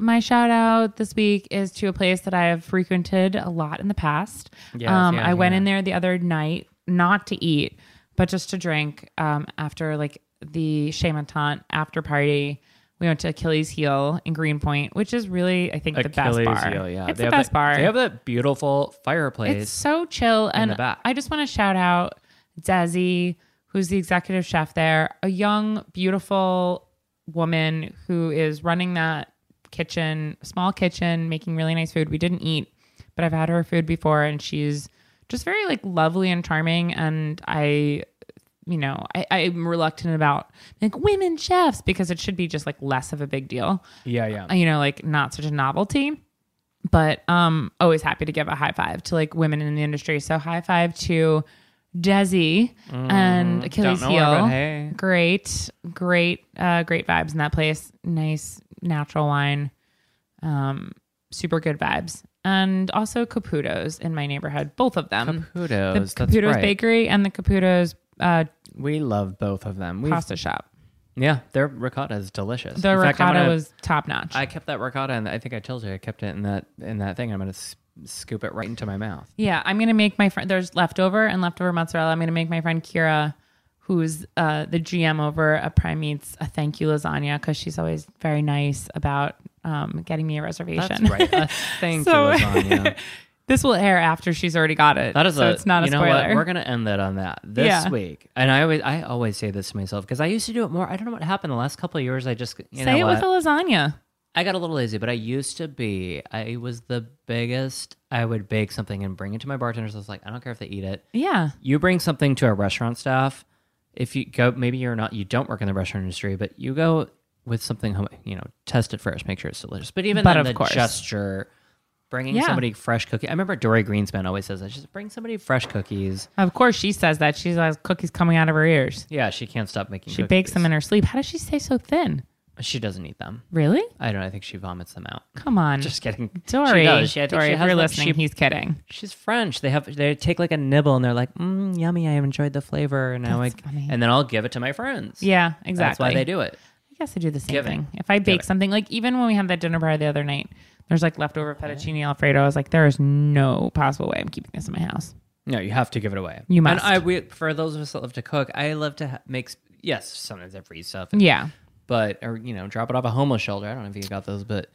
S3: my shout out this week is to a place that I have frequented a lot in the past.
S4: Yes,
S3: um
S4: yeah,
S3: I went
S4: yeah.
S3: in there the other night not to eat, but just to drink um after like the Shamantant after party. We went to Achilles Heel in Greenpoint, which is really I think the best bar.
S4: Heel, yeah,
S3: It's
S4: They
S3: the
S4: have
S3: best
S4: that-
S3: bar.
S4: They have that beautiful fireplace.
S3: It's so chill. And
S4: the back.
S3: I just want to shout out Desi, who's the executive chef there, a young, beautiful woman who is running that kitchen, small kitchen, making really nice food. We didn't eat, but I've had her food before and she's just very like lovely and charming. And I you know, I, I'm reluctant about like women chefs because it should be just like less of a big deal
S4: yeah, yeah.
S3: you know, like not such a novelty. But um always happy to give a high five to like women in the industry. So high five to Desi and Achilles
S4: Mm, don't know her,
S3: Heel.
S4: but hey.
S3: Great, great, uh, great vibes in that place. Nice natural wine. Um, super good vibes. And also Caputo's in my neighborhood, both of them.
S4: Caputo's,
S3: the
S4: that's
S3: Caputo's
S4: right.
S3: bakery and the Caputo's uh,
S4: we love both of them. We
S3: pasta shop.
S4: yeah, their ricotta is delicious.
S3: The
S4: In fact, I'm
S3: ricotta
S4: gonna-
S3: was top notch.
S4: I kept that ricotta, and I think I told you I kept it in that in that thing. and I'm gonna s- scoop it right into my mouth.
S3: Yeah, I'm gonna make my friend. There's leftover and leftover mozzarella. I'm gonna make my friend Kira, who's uh, the GM over at Prime Meats, a thank you lasagna because she's always very nice about um, getting me a reservation.
S4: That's right. Uh, thank
S3: So-
S4: you, lasagna.
S3: this will air after she's already got it.
S4: That is
S3: so
S4: a,
S3: it's not a
S4: you know
S3: spoiler.
S4: what? We're gonna end that on that this
S3: Yeah.
S4: week. And I always I always say this to myself because I used to do it more. I don't know what happened the last couple of years. I just you know
S3: Say it
S4: what?
S3: with a lasagna.
S4: I got a little lazy, but I used to be. I was the biggest. I would bake something and bring it to my bartenders. I was like, I don't care if they eat it.
S3: Yeah,
S4: You bring something to our restaurant staff. If you go, maybe you're not. You don't work in the restaurant industry, but you go with something. home- You know, test it first, make sure it's delicious. But even
S3: But
S4: then,
S3: of
S4: the
S3: course.
S4: gesture, bringing
S3: Yeah.
S4: somebody fresh cookie. I remember Dory Greenspan always says that. Just bring somebody fresh cookies.
S3: of course she says that. She's like cookies coming out of her ears.
S4: Yeah, she can't stop making.
S3: She bakes them in her sleep. How does she stay so thin?
S4: She doesn't eat them.
S3: Really?
S4: I don't. know, I think she vomits them out.
S3: Come on,
S4: Just kidding.
S3: Dory.
S4: She does. She, I think
S3: Dory,
S4: she
S3: if
S4: has
S3: you're
S4: them-
S3: listening,
S4: she
S3: he's kidding.
S4: She's French. They have they take like a nibble and they're like, mm, yummy. I enjoyed the flavor, and now I
S3: That's funny.
S4: and then I'll give it to my friends.
S3: Yeah, exactly.
S4: that's why they do it.
S3: I guess I do the same
S4: Give it.
S3: thing. If I bake
S4: it.
S3: something, like even when we had that dinner party the other night, there's like leftover fettuccine alfredo. I was like, there is no possible way I'm keeping this in my house.
S4: No, you have to give it away.
S3: You must.
S4: And I we, for those of us that love to cook, I love to ha- make. s- Yes, sometimes I freeze stuff,
S3: Yeah,
S4: but or you know, drop it off a homeless shelter. I don't know if you got those, but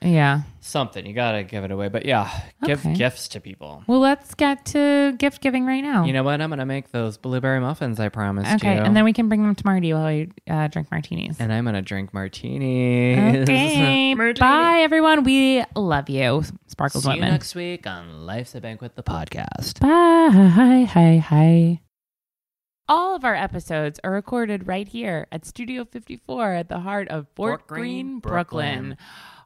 S3: yeah.
S4: something you gotta give it away. But yeah, give
S3: Okay.
S4: gifts to people.
S3: Well, let's get to gift giving right now.
S4: You know what? I'm gonna make those blueberry muffins. I promised
S3: okay,
S4: you.
S3: and then we can bring them to Marty while we uh, drink martinis.
S4: and I'm gonna drink martinis.
S3: Okay, bye everyone. We love you, Sparkles
S4: See you
S3: Whitman.
S4: next week on Life's a Banquet, the podcast.
S3: Bye. Hi, hi, hi. All of our episodes are recorded right here at Studio 54 at the heart of Fort,
S4: Fort
S3: Greene,
S4: Greene,
S3: Brooklyn.
S4: Brooklyn.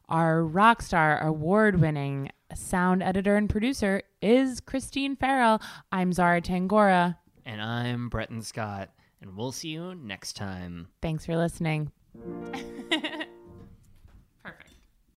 S3: Our rock star, award winning sound editor and producer is Christine Farrell. I'm Zara Tangora.
S4: And I'm Breton Scott, and we'll see you next time.
S3: Thanks for listening.